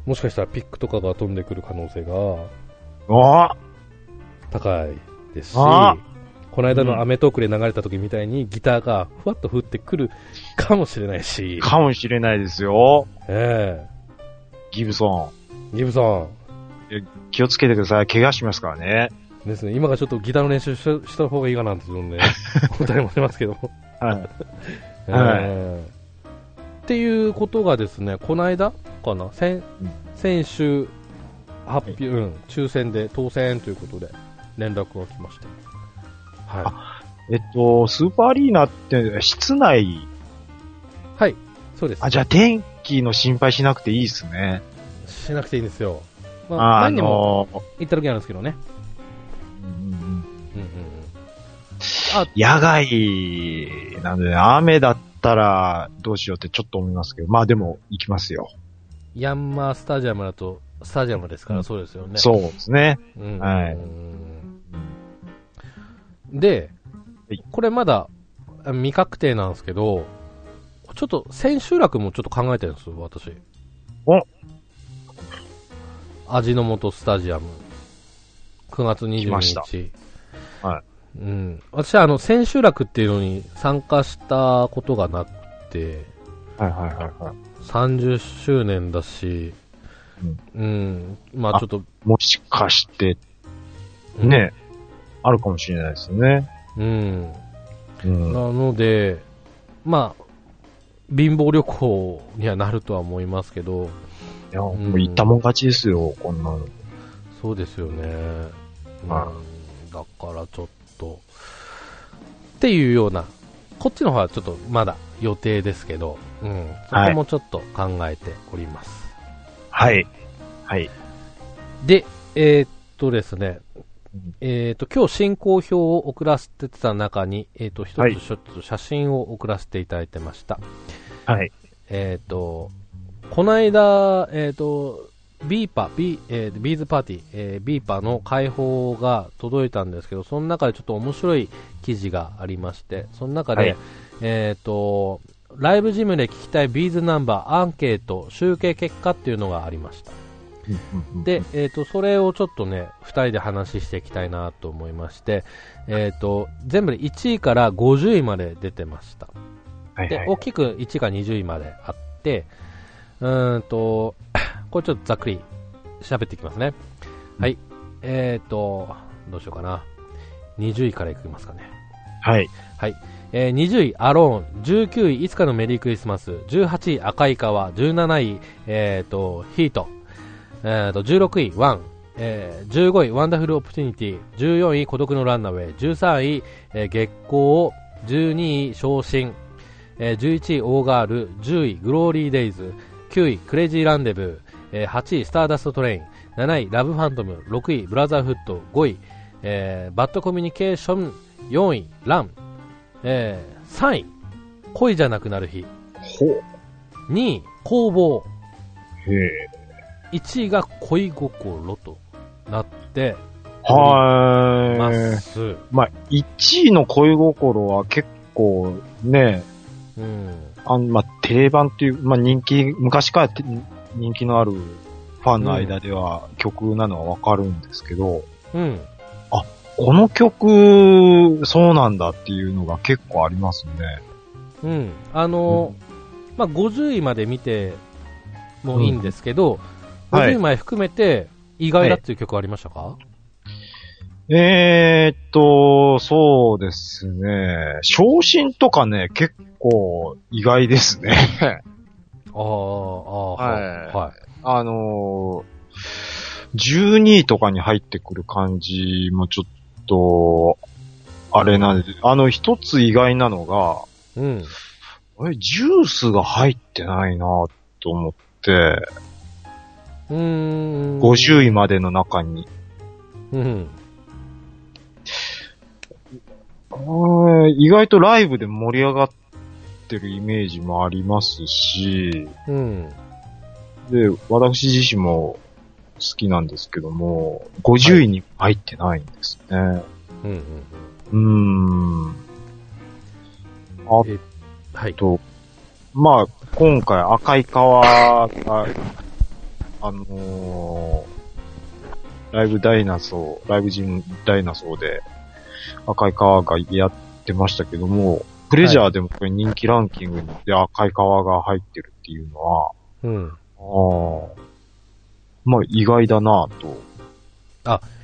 もしかしたらピックとかが飛んでくる可能性が
おー
高いですし、
あ
この間のアメトークで流れた時みたいにギターがふわっと降ってくるかもしれない し、
かもしれないですよ。
え
ギブソ
えギブソン。
ン。気をつけてください。怪我しますからね。
ですね、今がちょっとギターの練習しした方がいいかなって自分で思ったりもしますけども、
はい。
え
はい
ーっていうことがですね、この間かな、先
うん
先週発表、うん、抽選で当選ということで連絡が来まして、は
えっと、スーパーアリーナって室内。
い、はい、そうです
あ、じゃあ天気の心配しなくていいですね。
しなくていいんですよ、まあ、
あ
何にも
の
行った時あるんですけどね、
う
う
んうんうん
んうんうん、
野外なんでね、雨だったらどうしようってちょっと思いますけど、まあでも行きますよ。
ヤンマースタジアムだと、スタジアムですか
う
ら、
ん
そうですよね。
そうですね。
うん
はい
で
はい、
これまだあ未確定なんですけど、ちょっと千秋楽もちょっと考えてるんですよ、私。
お
味の素スタジアム。9月22日。
来ましたはい
うん。私はあの、千秋楽っていうのに参加したことがなくて、
はいはいはいはい。
30周年だし、うん、まあ
あ
ちょっと、
もしかして、
うん、
ね、あるかもしれないですね。
うん。
うん。
なので、まあ、貧乏旅行にはなるとは思いますけど、
いや、もう行ったもん勝ちですよ、こんなの。
そうですよね。うん、だ
は
からちょっと、っていうような、こっちの方はちょっとまだ予定ですけど、うん、そこもちょっと考えております。
はい。はい。
で、えーっとですね
うん、
えーっと、今日進行表を送らせてた中に、えーっと、一
はい
つちょっと写真を送らせていただいてました。
はい。
えっ、と、この間、えっ、と、ビーパ、ビー、えービーズパーティー、えービーパの解放が届いたんですけど、その中でちょっと面白い記事がありまして、その中で、
はい
えっ、と、ライブジムで聞きたいビーズナンバーアンケート集計結果っていうのがありました。で、、えー、とそれをちょっとね2人で話していきたいなと思いまして、えー、と全部で1位から50位まで出てました
はいは
で
い
大きく1位から20位まであってうーんと これちょっとざっくり喋っていきますねはいえー、とどうしようかな20位からいきますかね
はい。
はい。えー20位、アローン。19位、いつかのメリークリスマス。18位、赤い川。17位、えー、と、ヒート。えー、と、16位、ワン。えー15位、ワンダフルオプティニティ。14位、孤独のランナウェイ。13位、えー月光。12位、昇進。えー11位、オーガール。10位、グローリーデイズ。9位、クレイジーランデブー。えー8位、スターダストトレイン。7位、ラブファントム。6位、ブラザーフット。5位、えーバッドコミュニケーション。4位、ラン。えー3位、恋じゃなくなる日。
ほう。
2位、工房。
へえ。
1位が恋心となってま
はーい。
す。
まあ、1位の恋心は結構ね、
うん。
あんまあ、定番っていう、まあ、人気、昔からて人気のあるファンの間では曲なのはわかるんですけど、
うん。
この曲、そうなんだっていうのが結構ありますね。
うん。あのーまあ、50位まで見てもいいんですけど、
うんはい
50位まで含めて意外だっていう曲ありましたか、
えーっと、そうですね。昇進とかね、結構意外ですね。
あーあー、
はい
は
あのー、12位とかに入ってくる感じもちょっと、あれなんです。あの、一つ意外なのが、
い。うん。
あれ、ジュースが入ってないなと思って、
うーん。
50位までの中に
うん。
はい意外とライブで盛り上がってるイメージもありますし、
うん。
で、私自身も好きなんですけども、50位に入ってないんです
う
ね。
んうん。
うーん。あ
えはい。
と、まあ、今回赤い川が、あのーライブダイナソー、ライブジムダイナソーで赤い川がやってましたけども、プレジャーでもこれ人気ランキングで赤い川が入ってるっていうのは、
うん。
ああ、まあ意外だなぁと。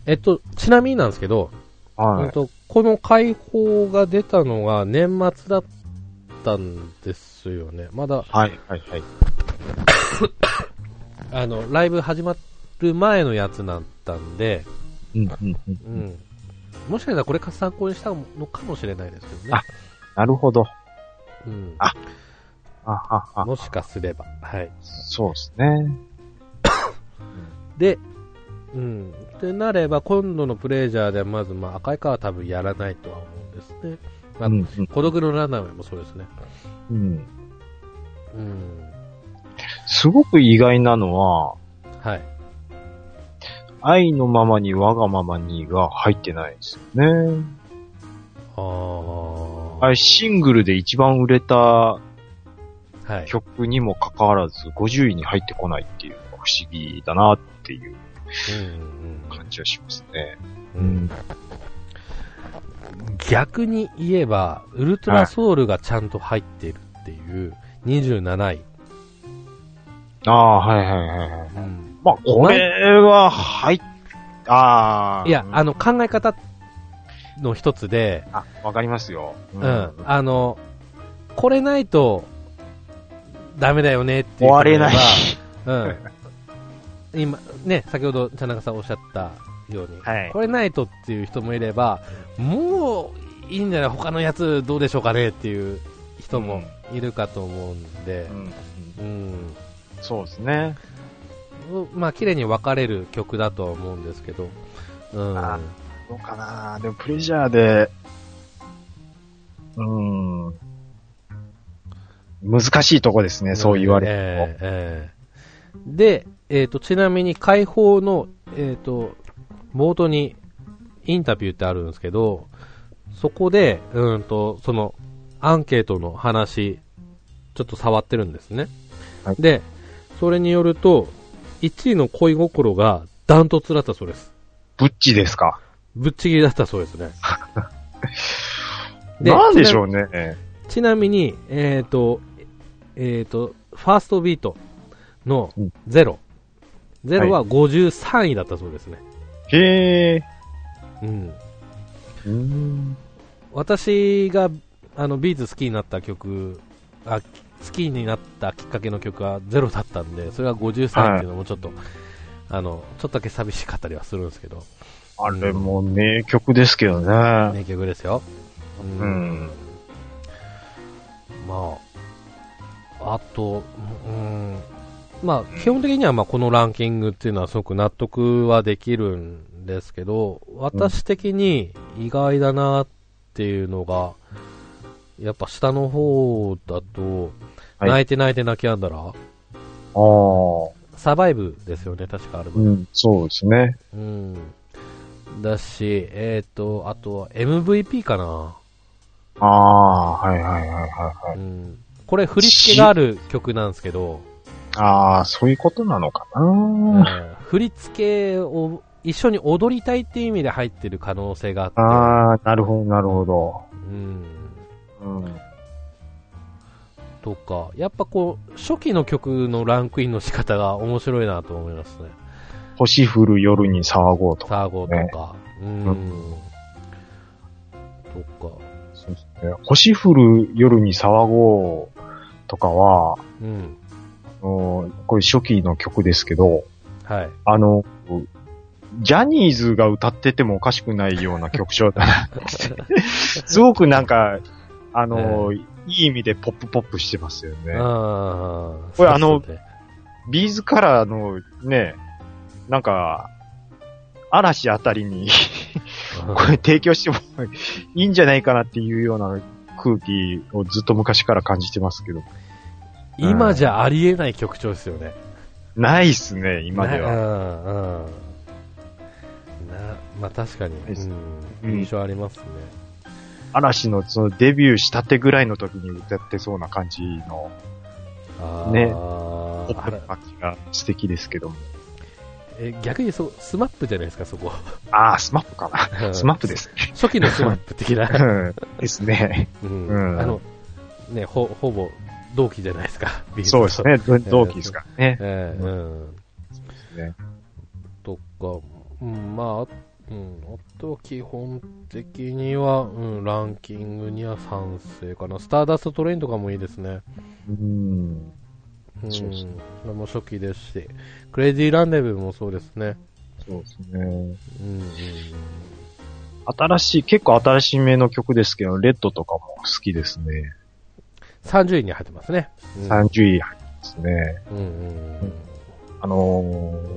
えっと、ちなみになんですけど、
は
うん
い。
とこの解放が出たのが年末だったんですよね。まだ、
はい、はい、はい。
あの、ライブ始まる前のやつだったんで、
うん、うん、うん。
うん。もしかしたらこれか参考にしたのかもしれないですけどね
あ。なるほど。
うん。
ああはは。
もしかすれば。はい。
そうですね。
で、うん。ってなれば、今度のプレジャーではまず、まあ、赤いカーは多分やらないとは思うんですね。あ
うん、
孤独のランナーウェイもそうですね。
うん、うん。
うん。
すごく意外なのは、
はい。
愛のままに我がままにが入ってないですよね。
ああ。
あれ、シングルで一番売れた
はい。
曲にもかかわらず、50位に入ってこないっていうのが不思議だなっていう
うん
感じはしますね。
うんうん。逆に言えば、ウルトラソウルがちゃんと入っているっていう、27位。
ああ、はいはいはいはい。
うん
まあ、これは、はい、ああ。
いや
う、ん
あ、の、考え方の一つで、
あわかりますよ。う
うん、あの、これないと、ダメだよねってい
終
う。
われない。。
うん。今、ね、先ほど、田中さんおっしゃったように、
はい
これないとっていう人もいれば、もういいんじゃない他のやつどうでしょうかねっていう人もいるかと思うんで
う、ん、
うん。
そうですね。
まあ、綺麗に分かれる曲だとは思うんですけど、うん。
あどうかなでも、プレジャーで、うーん、難しいとこですね、そう言われる
ええええで、えっ、と、ちなみに解放の、えっ、と、冒頭にインタビューってあるんですけど、そこで、うんと、その、アンケートの話、ちょっと触ってるんですね。
はい
で、それによると、1位の恋心がダントツだったそうです。
と。ブッチですか
ぶっちぎりだったそうです ね。で
なんでしょうね。
ちなみに、えっ、と、えっ、と、ファーストビートの
うん
ゼロ。ゼロは53位だったそうですね。
へえ。
うん。
うーん。
私が、あの、ビーズ好きになった曲、あ、好きになったきっかけの曲はゼロだったんで、それは53っていうのもちょっと、あの、ちょっとだけ寂しかったりはするんですけど、
あれも名曲ですけどね。
名曲ですよ。うん
うん。
まあ、あと、うん、まあ、基本的にはまあこのランキングっていうのはすごく納得はできるんですけど、私的に意外だなっていうのが、やっぱ下の方だと、
はい
泣いて泣いて泣きやんだら、
ああ。
サバイブですよね、確かあれも。
うん、そうですね。
うん。だし、えっ、と、あとは MVP かな。
ああ、はいはいはいはいはい。
うん。これ振り付けがある曲なんですけど、
ああ、そういうことなのかな。
うん振り付けを一緒に踊りたいっていう意味で入ってる可能性があっ
ああ、なるほど、なるほど。
て、うん、
うん。
とか、やっぱこう、初期の曲のランクインの仕方が面白いなと思いますね。
星降る夜に騒ごうとか。
サーゴとか、うん、
う
とか、
そうですね。星降る夜に騒ごうとかは、
うん、
うんこれ初期の曲ですけど、
はい。
あの、ジャニーズが歌っててもおかしくないような曲調だなって。すごくなんか、あの、いい意味でポップポップしてますよね。
あー
これあ
そ
の
うですね
ビーズカラーのね、なんか、嵐あたりにこれ提供してもいいんじゃないかなっていうような空気をずっと昔から感じてますけど。
今じゃありえない曲調ですよね。
ないっすね、今では。
は。うん、うん。な、まあ確かに、
いいっす
う、
うんん
印象ありますね。
嵐のそのデビューしたてぐらいの時に歌ってそうな感じの、
あー
ねポッ
あ
プな
ら
感じが素敵ですけども。
え逆にそう、スマップじゃないですか、そこ。
ああ、スマップかな。
うん
スマップで すね。
初期のスマップ的 な。
うんですね。
うん
うん
あの、ね、ほ、ほぼ同期じゃないですか。ビーズ
そうです。ね。ど同期ですからね。
ええうん。
ね
とか、うん、まあ、うん、あとは基本的には、うん、ランキングには賛成かな。スターダストトレインとかもいいですね。
うん。
うん、
そうです
これも初期ですし、クレイジーランデブーもそうですね。
そうですね。
うん、うんうん。
新しい、結構新しめの曲ですけど、レッドとかも好きですね。
30位に入ってますね。うん、
30位入ってますね。
うん、うんうん。
あの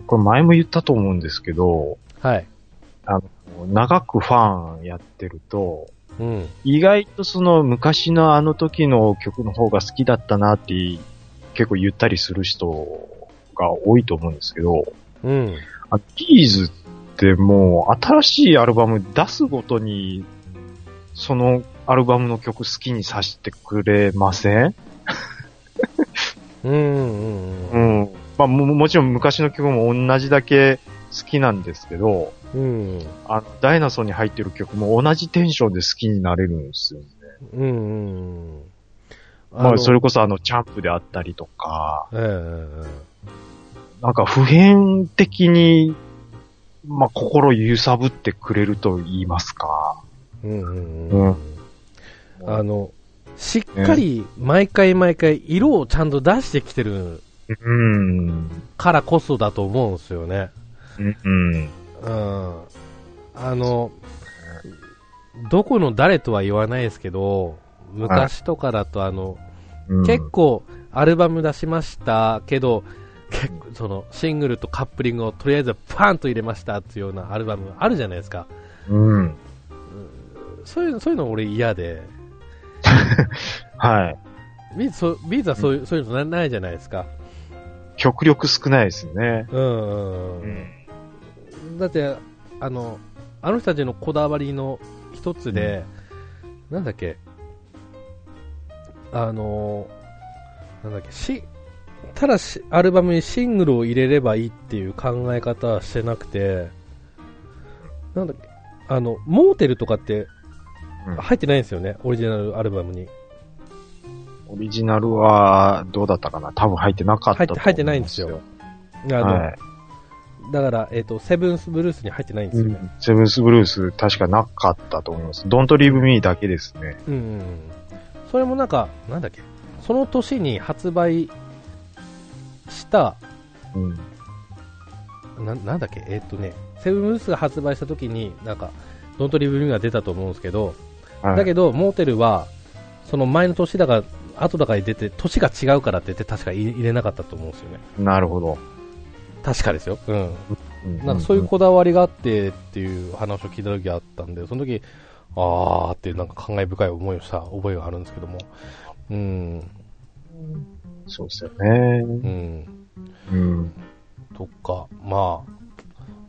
ーこれ前も言ったと思うんですけど、
はい。
長くファンやってると、
うん。
意外とその昔のあの時の曲の方が好きだったなって、結構言ったりする人が多いと思うんですけど、
うん。
あ、キーズってもう新しいアルバム出すごとに、そのアルバムの曲好きにさせてくれません
うん、うん、
う
うん。
ん。まあも、もちろん昔の曲も同じだけ好きなんですけど、
うん、
あの、ダイナソーに入ってる曲も同じテンションで好きになれるんですよ。
うん、うん。
ま
の
あ、それこそあの、チャンプであったりとか、
ええええええ
なんか普遍的に、まあ、心揺さぶってくれると言いますか。
うんうん
う
うんん、あのしっかり毎回毎回色をちゃんと出してきてる
うん。
からこそだと思うんですよね。
うん。
うん、あのどこの誰とは言わないですけど昔とかだとあの、
うん
結構アルバム出しましたけど結構そのシングルとカップリングをとりあえずパーンと入れましたっていうようなアルバムあるじゃないですか
うん。
そういうそういうの俺嫌で
はい。
ビーズそうビーズはそういう,、そういうのなないじゃないですか。
極力少ないですよね。
うんうんだってあのあの人たちのこだわりの一つで、なんだっけあのなんだっけしただしアルバムにシングルを入れればいいっていう考え方はしてなくてなんだっけあのモーテルとかって
うん
入ってないんですよね、オリジナルアルバムに
オリジナルは、どうだったかな多分入ってなかった
入っ
と
て
思
入ってないんですよ。あの、
はい。
だから、えっとセブンスブルースに入ってないんです
う
よね、
んセブンスブルース、確かなかったと思います。ドントリーブミーだけですね。
うんうんうん、それもなんか、なんだっけ、その年に発売した、
うん。
ななんだっけ、えーっとね、セブンブルースが発売した時に、なんか、ドントリーブルーが出たと思うんですけど、
はい、
だけど、モーテルは、その前の年だか、後だかに出て、年が違うからって言って、確か入入れなかったと思うんですよね。
なるほど。
確かですよ。うん。
うん
なんかそういうこだわりがあってっていう話を聞いた時あったんで、その時、あーってなんか感慨深い思いをした覚えがあるんですけども。うん。
そうですよね。
うん。
うん。
とか、まあ、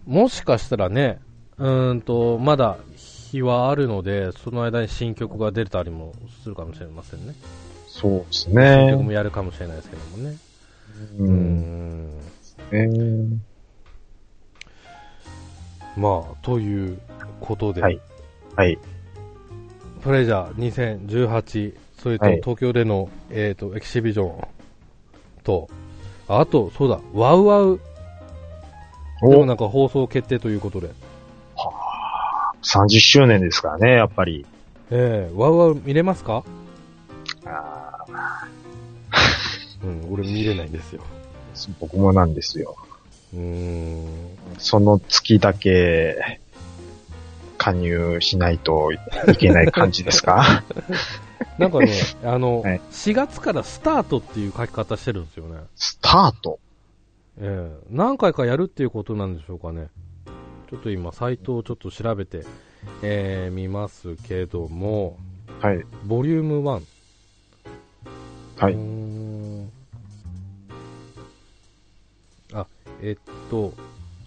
もしかしたらね、うーんと、まだ日はあるので、その間に新曲が出たりもするかもしれませんね。
そうです
新曲
ね。
もやるかもしれないですけどもね。
う
うー
ん。
ん。
ね
まあ、ということで、
はいはい。
プレジャー2018、それと
はい
東京での、えっ、と、エキシビジョンと、あと、そうだ、ワウワウでも
お、
なんか放送決定ということで、
30周年ですからね、やっぱり。
えー、ワウワウ見れますか
あー
うん、俺見れないんですよ。
僕もなんですよ。
うーん。
その月だけ、加入しないといけない感じです か
なん かね、あの、
はい
4月からスタートっていう書き方してるんですよね。
スタート
ええ何回かやるっていうことなんでしょうかね。ちょっと今、サイトをちょっと調べて、えー見ますけども、
はい。
ボリューム1。
は
うー
い。
んえっと、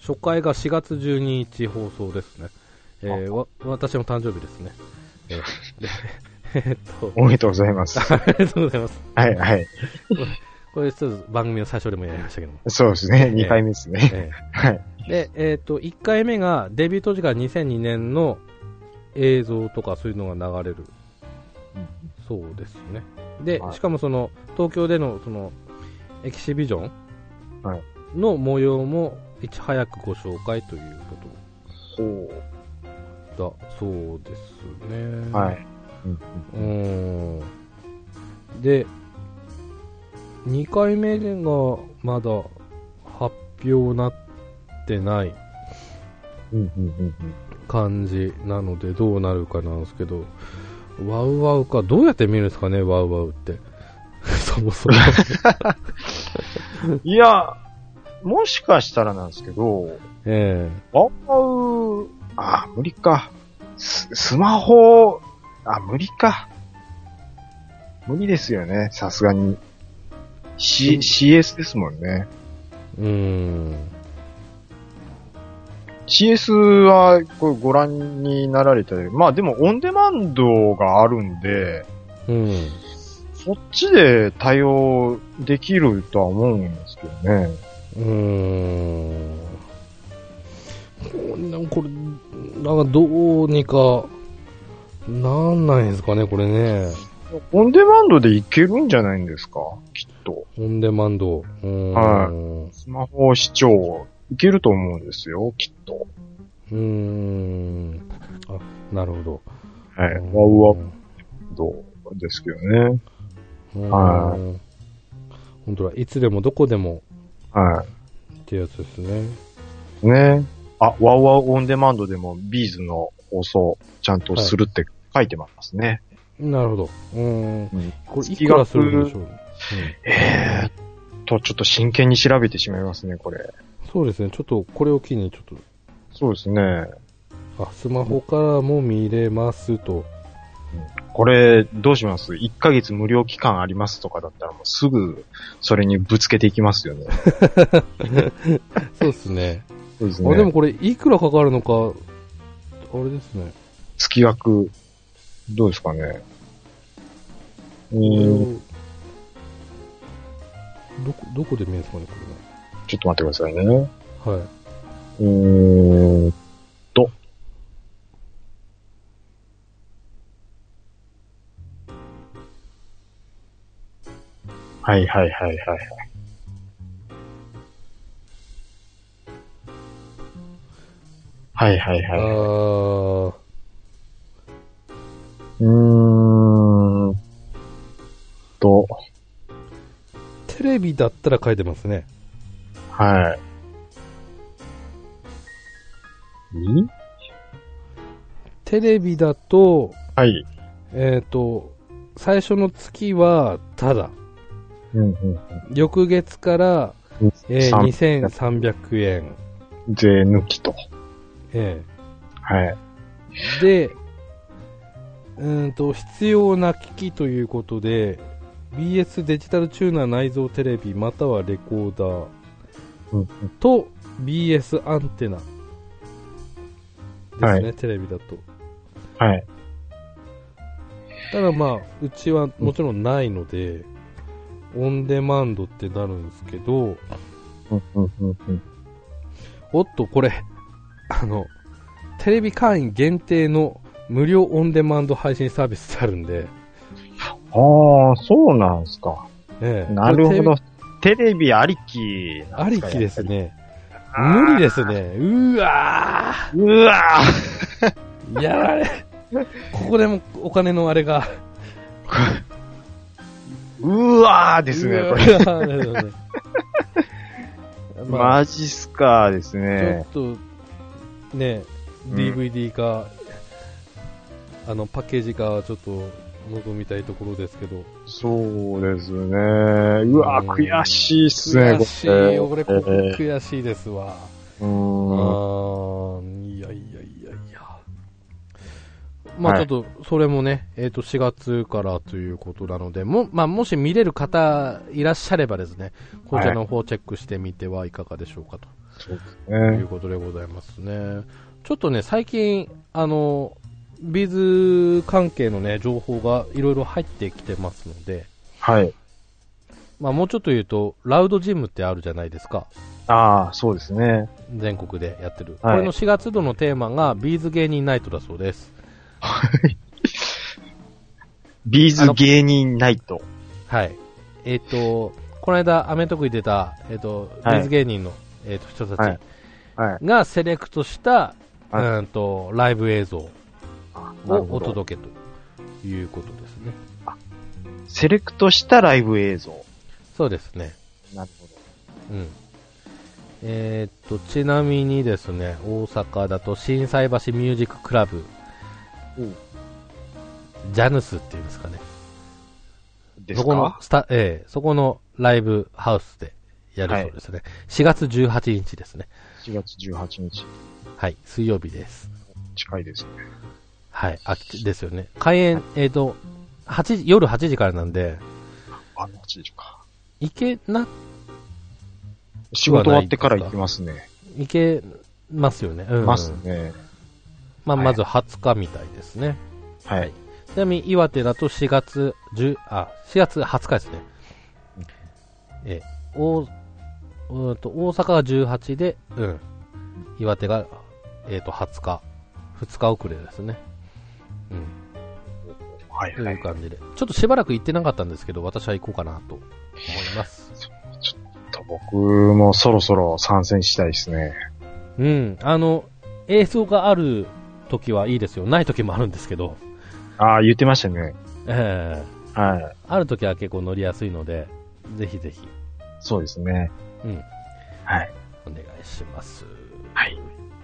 初回が4月12日放送ですね。えーわ私の誕生日ですね。えーでえ っと、
おめでとうござい ます。
ありがとうございます。
はいはい。
これちょっと番組の最初でもやりましたけども。
そうですね。2回目ですね。
え
はい。
ーで、えっと、1回目がデビュー当時が2002年の映像とかそういうのが流れるそうですね。で、
はい
しかもその、東京でのその、エキシビジョ
は
ンの模様も、いち早くご紹介ということだそうですね。
はい。うん
うーん。で、2回目がまだ発表なってない
うんうんうん
感じなのでどうなるかなんですけど、ワウワウか、どうやって見るんですかね、ワウワウって。 そも そも。
うんいや、もしかしたらなんですけど、
え
ワンパウ、あ、無理か。ス、スマホ、あ、無理か。無理ですよね、さすがに。C、CS ですもんね。
えうーん。
CS は、これご覧になられたり、まあでもオンデマンドがあるんで、
うん。
そっちで対応できるとは思うんですけどね。
うーん。なんかこれ、なんかどうにか、なんないんですかね、これね。
オンデマンドでいけるんじゃないんですかきっと。
オンデマンド。うーん。
は
う
スマホ視聴、いけると思うんですよ、きっと。
ーん。あ、なるほど。
はい。
うん
ワウワウどうですけどね。
うん
は
本当だ、いつでもどこでも
は
ってやつですね。
い。ね。あ、ワウワウオンデマンドでもビーズの放送ちゃんとするって書いてますね。
なるほど。うーん。
うん
これ、いくらするんでしょう、
えーっと、ちょっと真剣に調べてしまいますね、これ。
うんそうですね、ちょっとこれを機に、ちょっと
そうですね。
あ、スマホからも見れますと。
これ、どうします ?1 ヶ月無料期間ありますとかだったらもうすぐそれにぶつけていきますよね。
そうですね。
そうです
あ、でも
ね。
これ、いくらかかるのか、あれですね。
月額、どうですかね。うーん、
どこ、どこで見えますかね、こ
ちょっと待ってくださいね。
れね。は
うーんと。はいはいはいはい。はいはい
い。あ
はい。
ー、
うーんと、
テレビだったら書いてますね。
はい。ん
テレビだと、
はい。
えっ、と、最初の月は、ただ。
うんうん
翌月から、
うん。
え
さん
ー、2300円。
税抜きと。
えー
はい。
で、うーんと、必要な機器ということで、BS デジタルチューナー内蔵テレビまたはレコーダー
うんうん
と BS アンテナですね、
はい
テレビだと。
はい。
ただまあ、うちはもちろんないので、オンデマンドってなるんですけど、
うんうんうんうん。
おっと、これ、あの、テレビ会員限定の無料オンデマンド配信サービスってあるんで、
ああ、そうなんすか。
ええ
なる
これテレ
ほ
ビ
ど。テレビありきな
あ
ん
り
か
きです。ね。
やっぱり
無理ですね。うわ
あーうわー
ーやられ。ここでもお金のあれが。
うわーですね、これ。
うわーですね まあ、
マジっすかですね。
ちょっと、ね、
うん
DVD か、あの、パッケージか、ちょっと、望みたいところですけど。
そうですね。うわ
う
ー
ん
悔しいっすね、
悔しい。
こ
俺、
れ。
ここ
え
悔しいですわ。
ーうーん
あーいやいやいやいや。まあ
は
ちょ
い
っと、それもね、えっ、と、4月からということなので、も、まあもし見れる方いらっしゃればですね、こちらの方チェックしてみてはいかがでしょうかと。
そうです
とい
ね。
うことでございますね。ちょっとね、最近、あの、ビズ関係のね、情報がいろいろ入ってきてますので、
はい。
まあもうちょっと言うと、ラウドジムってあるじゃないですか。
ああ、そうですね。
全国でやってる。
はい
これの4月度のテーマが、ビーズ芸人ナイトだそうです。
ビーズ芸人ナイト。
はい。えっ、と、この間、アメトークに出た、えっ、と、
はい
ビーズ芸人の、えっ、と、人たち
はいはい。
がセレクトした、
はいう
ーんと、ライブ映像を
なるほ
お
ど。
届けということですね。
セレクトしたライブ映像。
そうですね。
なるほど。
うん。えーっと、ちなみにですね、大阪だと、心斎橋ミュージッククラブ、
うん
ジャヌスって言いますかね。
で
そ
す
この
か
スタ、ええそこのライブハウスでやるそうですね。4月18日ですね。
?4 月18日。
はい、水曜日です。
近いですね。
はい、あ、ですよね。開演、えーっと、8時、夜8時からなんで、
あ、8時か。
行けな、
仕事終わってから行きますね。
行けますよね。うん。
ますね。
まあ、
はい
まず20日みたいですね。
はい。
ちなみに岩手だと4月10あ4月20日ですね。えー、おうーんと大阪が18で、うん、岩手が、えー、と20日、2日遅れですね。うん、
はい
と
はいい。
う感じで、ちょっとしばらく行ってなかったんですけど、私は行こうかなと思います。
僕もそろそろ参戦したいですね。
うん、あの、映像がある時はいいですよ。ない時もあるんですけど、
ああ、言ってましたね。
え
はい。
ーある時は結構乗りやすいので、ぜひぜひ、
そうですね。
うん、
はい。
お願いします。
はい。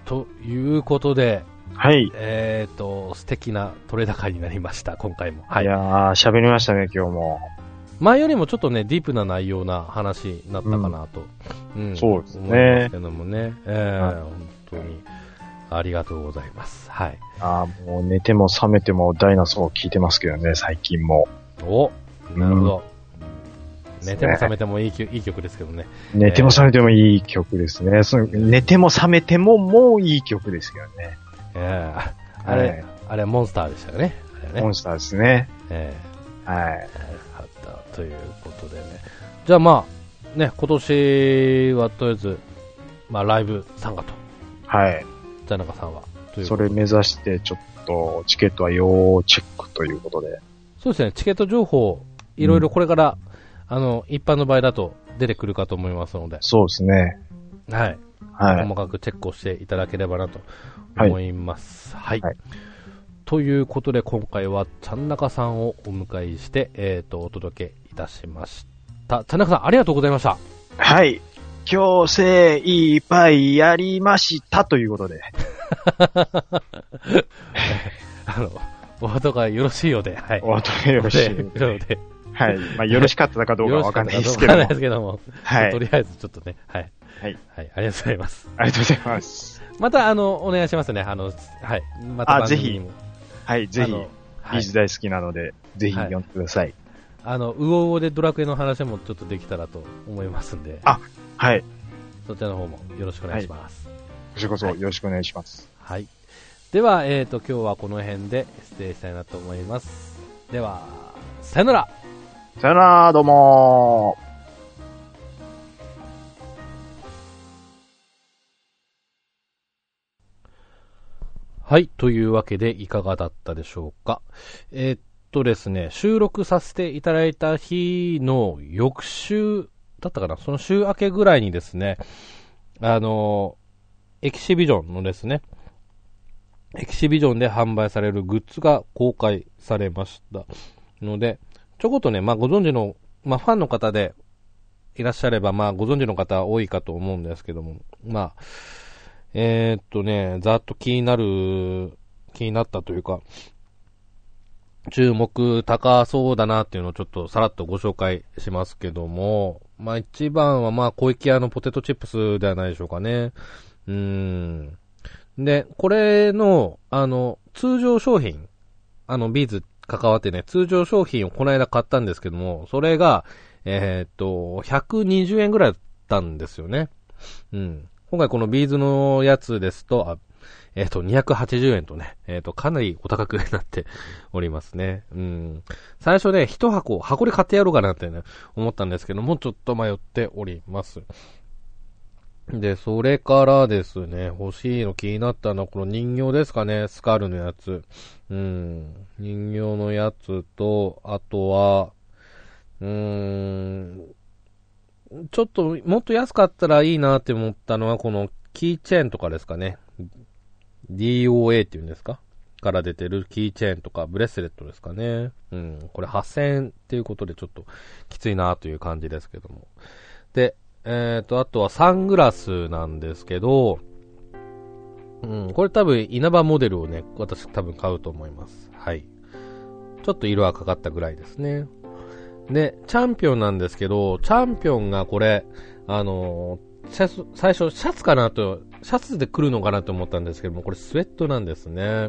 ということで、
はい。
えっ、と、素敵な取れ高になりました、今回も。はいい。
やー、喋りましたね、今日も。
前よりもちょっとね、ディープな内容な話になったかなと。うん
そうですね
思いますけどもね。えー
はい
本当に、ありがとうございます。はい。
ああ、もう寝ても覚めてもダイナソーを聞いてますけどね、最近も。
おなるほど。
うん
寝ても覚めてもいい曲いい曲ですけどね。
寝ても覚めてもいい曲ですね。その寝ても覚めてももういい曲ですよね。
えーあれ、
はい
あれ、モンスターでしたよね。あれね。
モンスターですね。
えー
はい。
あったということでね。じゃあまあ、ね、今年はとりあえず、まあライブ参加と、
はい。
田中さんは。という
それ目指して、ちょっと、チケットは要チェックということで。
そうですね、チケット情報、いろいろこれから、あの、一般の場合だと出てくるかと思いますので、
そうですね。
はい。
はい。
細かくチェックをしていただければなと
はい
思います。はい。
はい
ということで、今回は、田中さんをお迎えして、えっ、と、お届けいたしました。田中さん、ありがとうございました。
はい。強制いっぱいやりましたということで。
あの、お後がよろしいようで、はい。
お後がよろしい。
なので、
はい。まあ、よろしかったかどうかはわかんないですけど
よろ
も。
しかったかどうかわかんないですけども、
はい
と。りあえずちょっとね、はい。
はい。
はい、ありがとうございます。
ありがとうございます。
また、あの、お願いしますね。あの、はい。また
あ
番組にも、
はい。ぜひ、
あ
ビ
のは
ー
い
ズ。大好きなので、ぜひ
はい
読んでください。
あの、うおうおでドラクエの話もちょっとできたらと思いますんで、
あはい。
そちらの方もよろしくお願いします。
こちらこそよろしくお願いします。
はい。では、えっ、と、今日はこの辺で失礼したいなと思います。では、さよなら
さよなら、どうもー。
はい。というわけで、いかがだったでしょうか。えーっとですね、収録させていただいた日の翌週だったかな、その週明けぐらいにですね、あのーエキシビジョンのですね、エキシビジョンで販売されるグッズが公開されました。ので、ちょこっとね、まあご存知の、まあファンの方でいらっしゃれば、まあご存知の方多いかと思うんですけども、まあ、えーっとね、ざっと気になる、気になったというか、注目高そうだなっていうのをちょっとさらっとご紹介しますけども、まあ一番はまあ小池屋のポテトチップスではないでしょうかね。うーん。で、これの、あの、通常商品あの、ビーズ関わってね、通常商品をこの間買ったんですけども、それが、えーっと、120円ぐらいだったんですよね。うん。今回このビーズのやつですと、あえーっと、280円とね、えーっと、かなりお高くなっておりますね。うん。最初ね、一箱、箱で買ってやろうかなってね、思ったんですけども、ちょっと迷っております。で、それからですね、欲しいの気になったのは、この人形ですかね、スカルのやつ。うん。人形のやつと、あとは、うーん、ちょっと、もっと安かったらいいなって思ったのは、このキーチェーンとかですかね。DOA っていうんですかから出てるキーチェーンとかブレスレットですかね。うん。これ8000円っていうことでちょっときついなという感じですけども。で、えっ、と、あとはサングラスなんですけど、うん、これ多分稲葉モデルをね、私多分買うと思います。はい。ちょっと色はかかったぐらいですね。で、チャンピオンなんですけど、チャンピオンがこれ、あのーシャツ、最初シャツかなと、シャツで来るのかなと思ったんですけども、これスウェットなんですね。うん。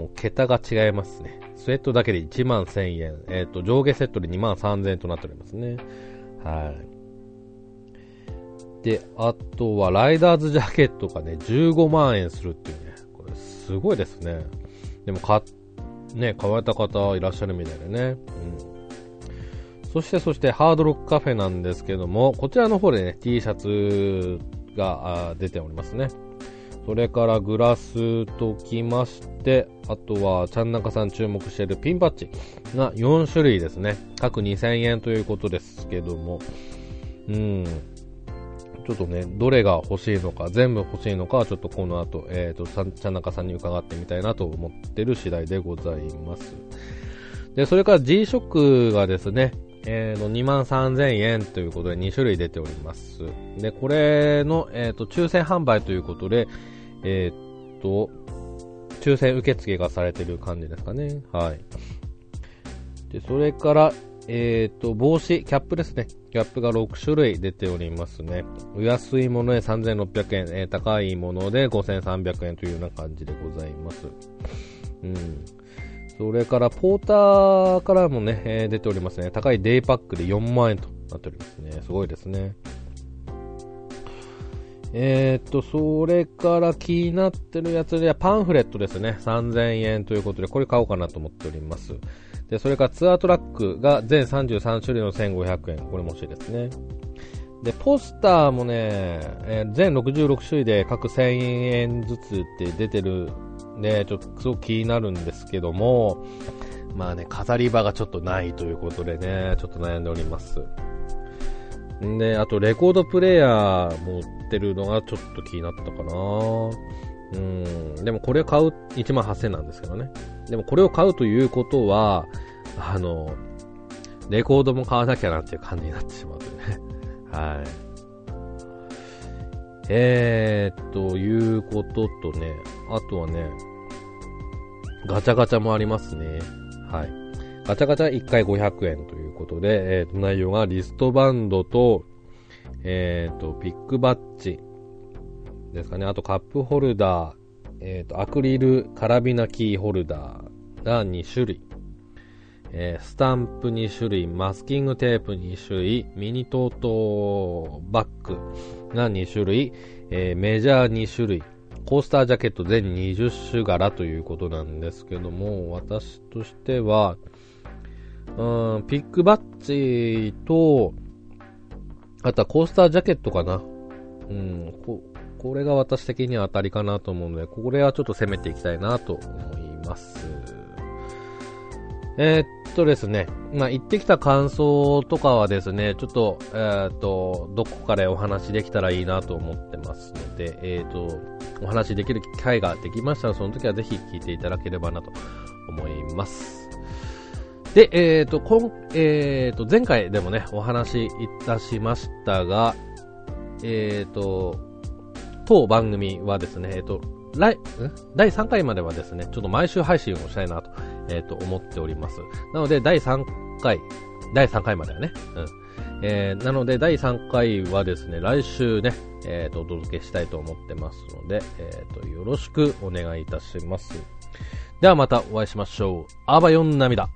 もう桁が違いますね。スウェットだけで1万1000円。えっ、と、上下セットで2万3000円となっておりますね。はい。で、あとはライダーズジャケットがね、15万円するっていうね、これすごいですね。でも買っ、ね、買われた方いらっしゃるみたいでね。うん。そして、そして、ハードロックカフェなんですけども、こちらの方でね、T シャツがあー出ておりますね。それから、グラスときまして、あとは、ちゃんなかさん注目しているピンバッジが4種類ですね。各2000円ということですけども、うん。ちょっとね、どれが欲しいのか、全部欲しいのかは、ちょっとこの後、えっ、と、さん、ちゃんなかさんに伺ってみたいなと思ってる次第でございます。で、それから G-SHOCK がですね、えー、の2万3000円ということで2種類出ております。で、これの、えっ、と、抽選販売ということで、えっ、と、抽選受付がされてる感じですかね。はい。で、それから、えっ、と、帽子、キャップですね。キャップが6種類出ておりますね。お安いもので3600円、えー高いもので5300円というような感じでございます。うん。それから、ポーターからもね、えー出ておりますね。高いデイパックで4万円となっておりますね。すごいですね。えーっと、それから気になってるやつではパンフレットですね。3000円ということで、これ買おうかなと思っております。で、それからツアートラックが全33種類の1500円。これも欲しいですね。で、ポスターもね、えー全66種類で各1000円ずつって出てるね、ちょっとすごく気になるんですけども、まあね、飾り場がちょっとないということでね、ちょっと悩んでおります。んで、あとレコードプレイヤー持ってるのがちょっと気になったかなうん、でもこれ買う1万8000なんですけどね。でもこれを買うということは、あの、レコードも買わなきゃなっていう感じになってしまうというね。 はい。えー、ということとね、あとはね、ガチャガチャもありますね。はい。ガチャガチャ1回500円ということで、えーと内容がリストバンドと、えー、と、ピックバッジですかね。あとカップホルダー、えー、と、アクリルカラビナキーホルダーが2種類。えースタンプ2種類、マスキングテープ2種類、ミニトートバッグが2種類、えーメジャー2種類、コースタージャケット全20種柄ということなんですけども、私としては、うーん、ピックバッジと、あとはコースタージャケットかな。うん、ここれが私的には当たりかなと思うので、これはちょっと攻めていきたいなと思います。えーっとですね、まあ、行ってきた感想とかはですね、ちょっと、えーっと、どこかでお話できたらいいなと思ってますので、えーっと、お話できる機会ができましたら、その時はぜひ聞いていただければなと思います。で、えーっと、こん、えーっと、前回でもね、お話いたしましたが、えーっと、当番組はですね、えーっと、来、ん第3回まではですね、ちょっと毎週配信をしたいなとえーと思っております。なので、第3回、第3回まではね。うん。えーなので、第3回はですね、来週ね、えーと、お届けしたいと思ってますので、えーと、よろしくお願いいたします。ではまたお会いしましょう。アバヨン涙。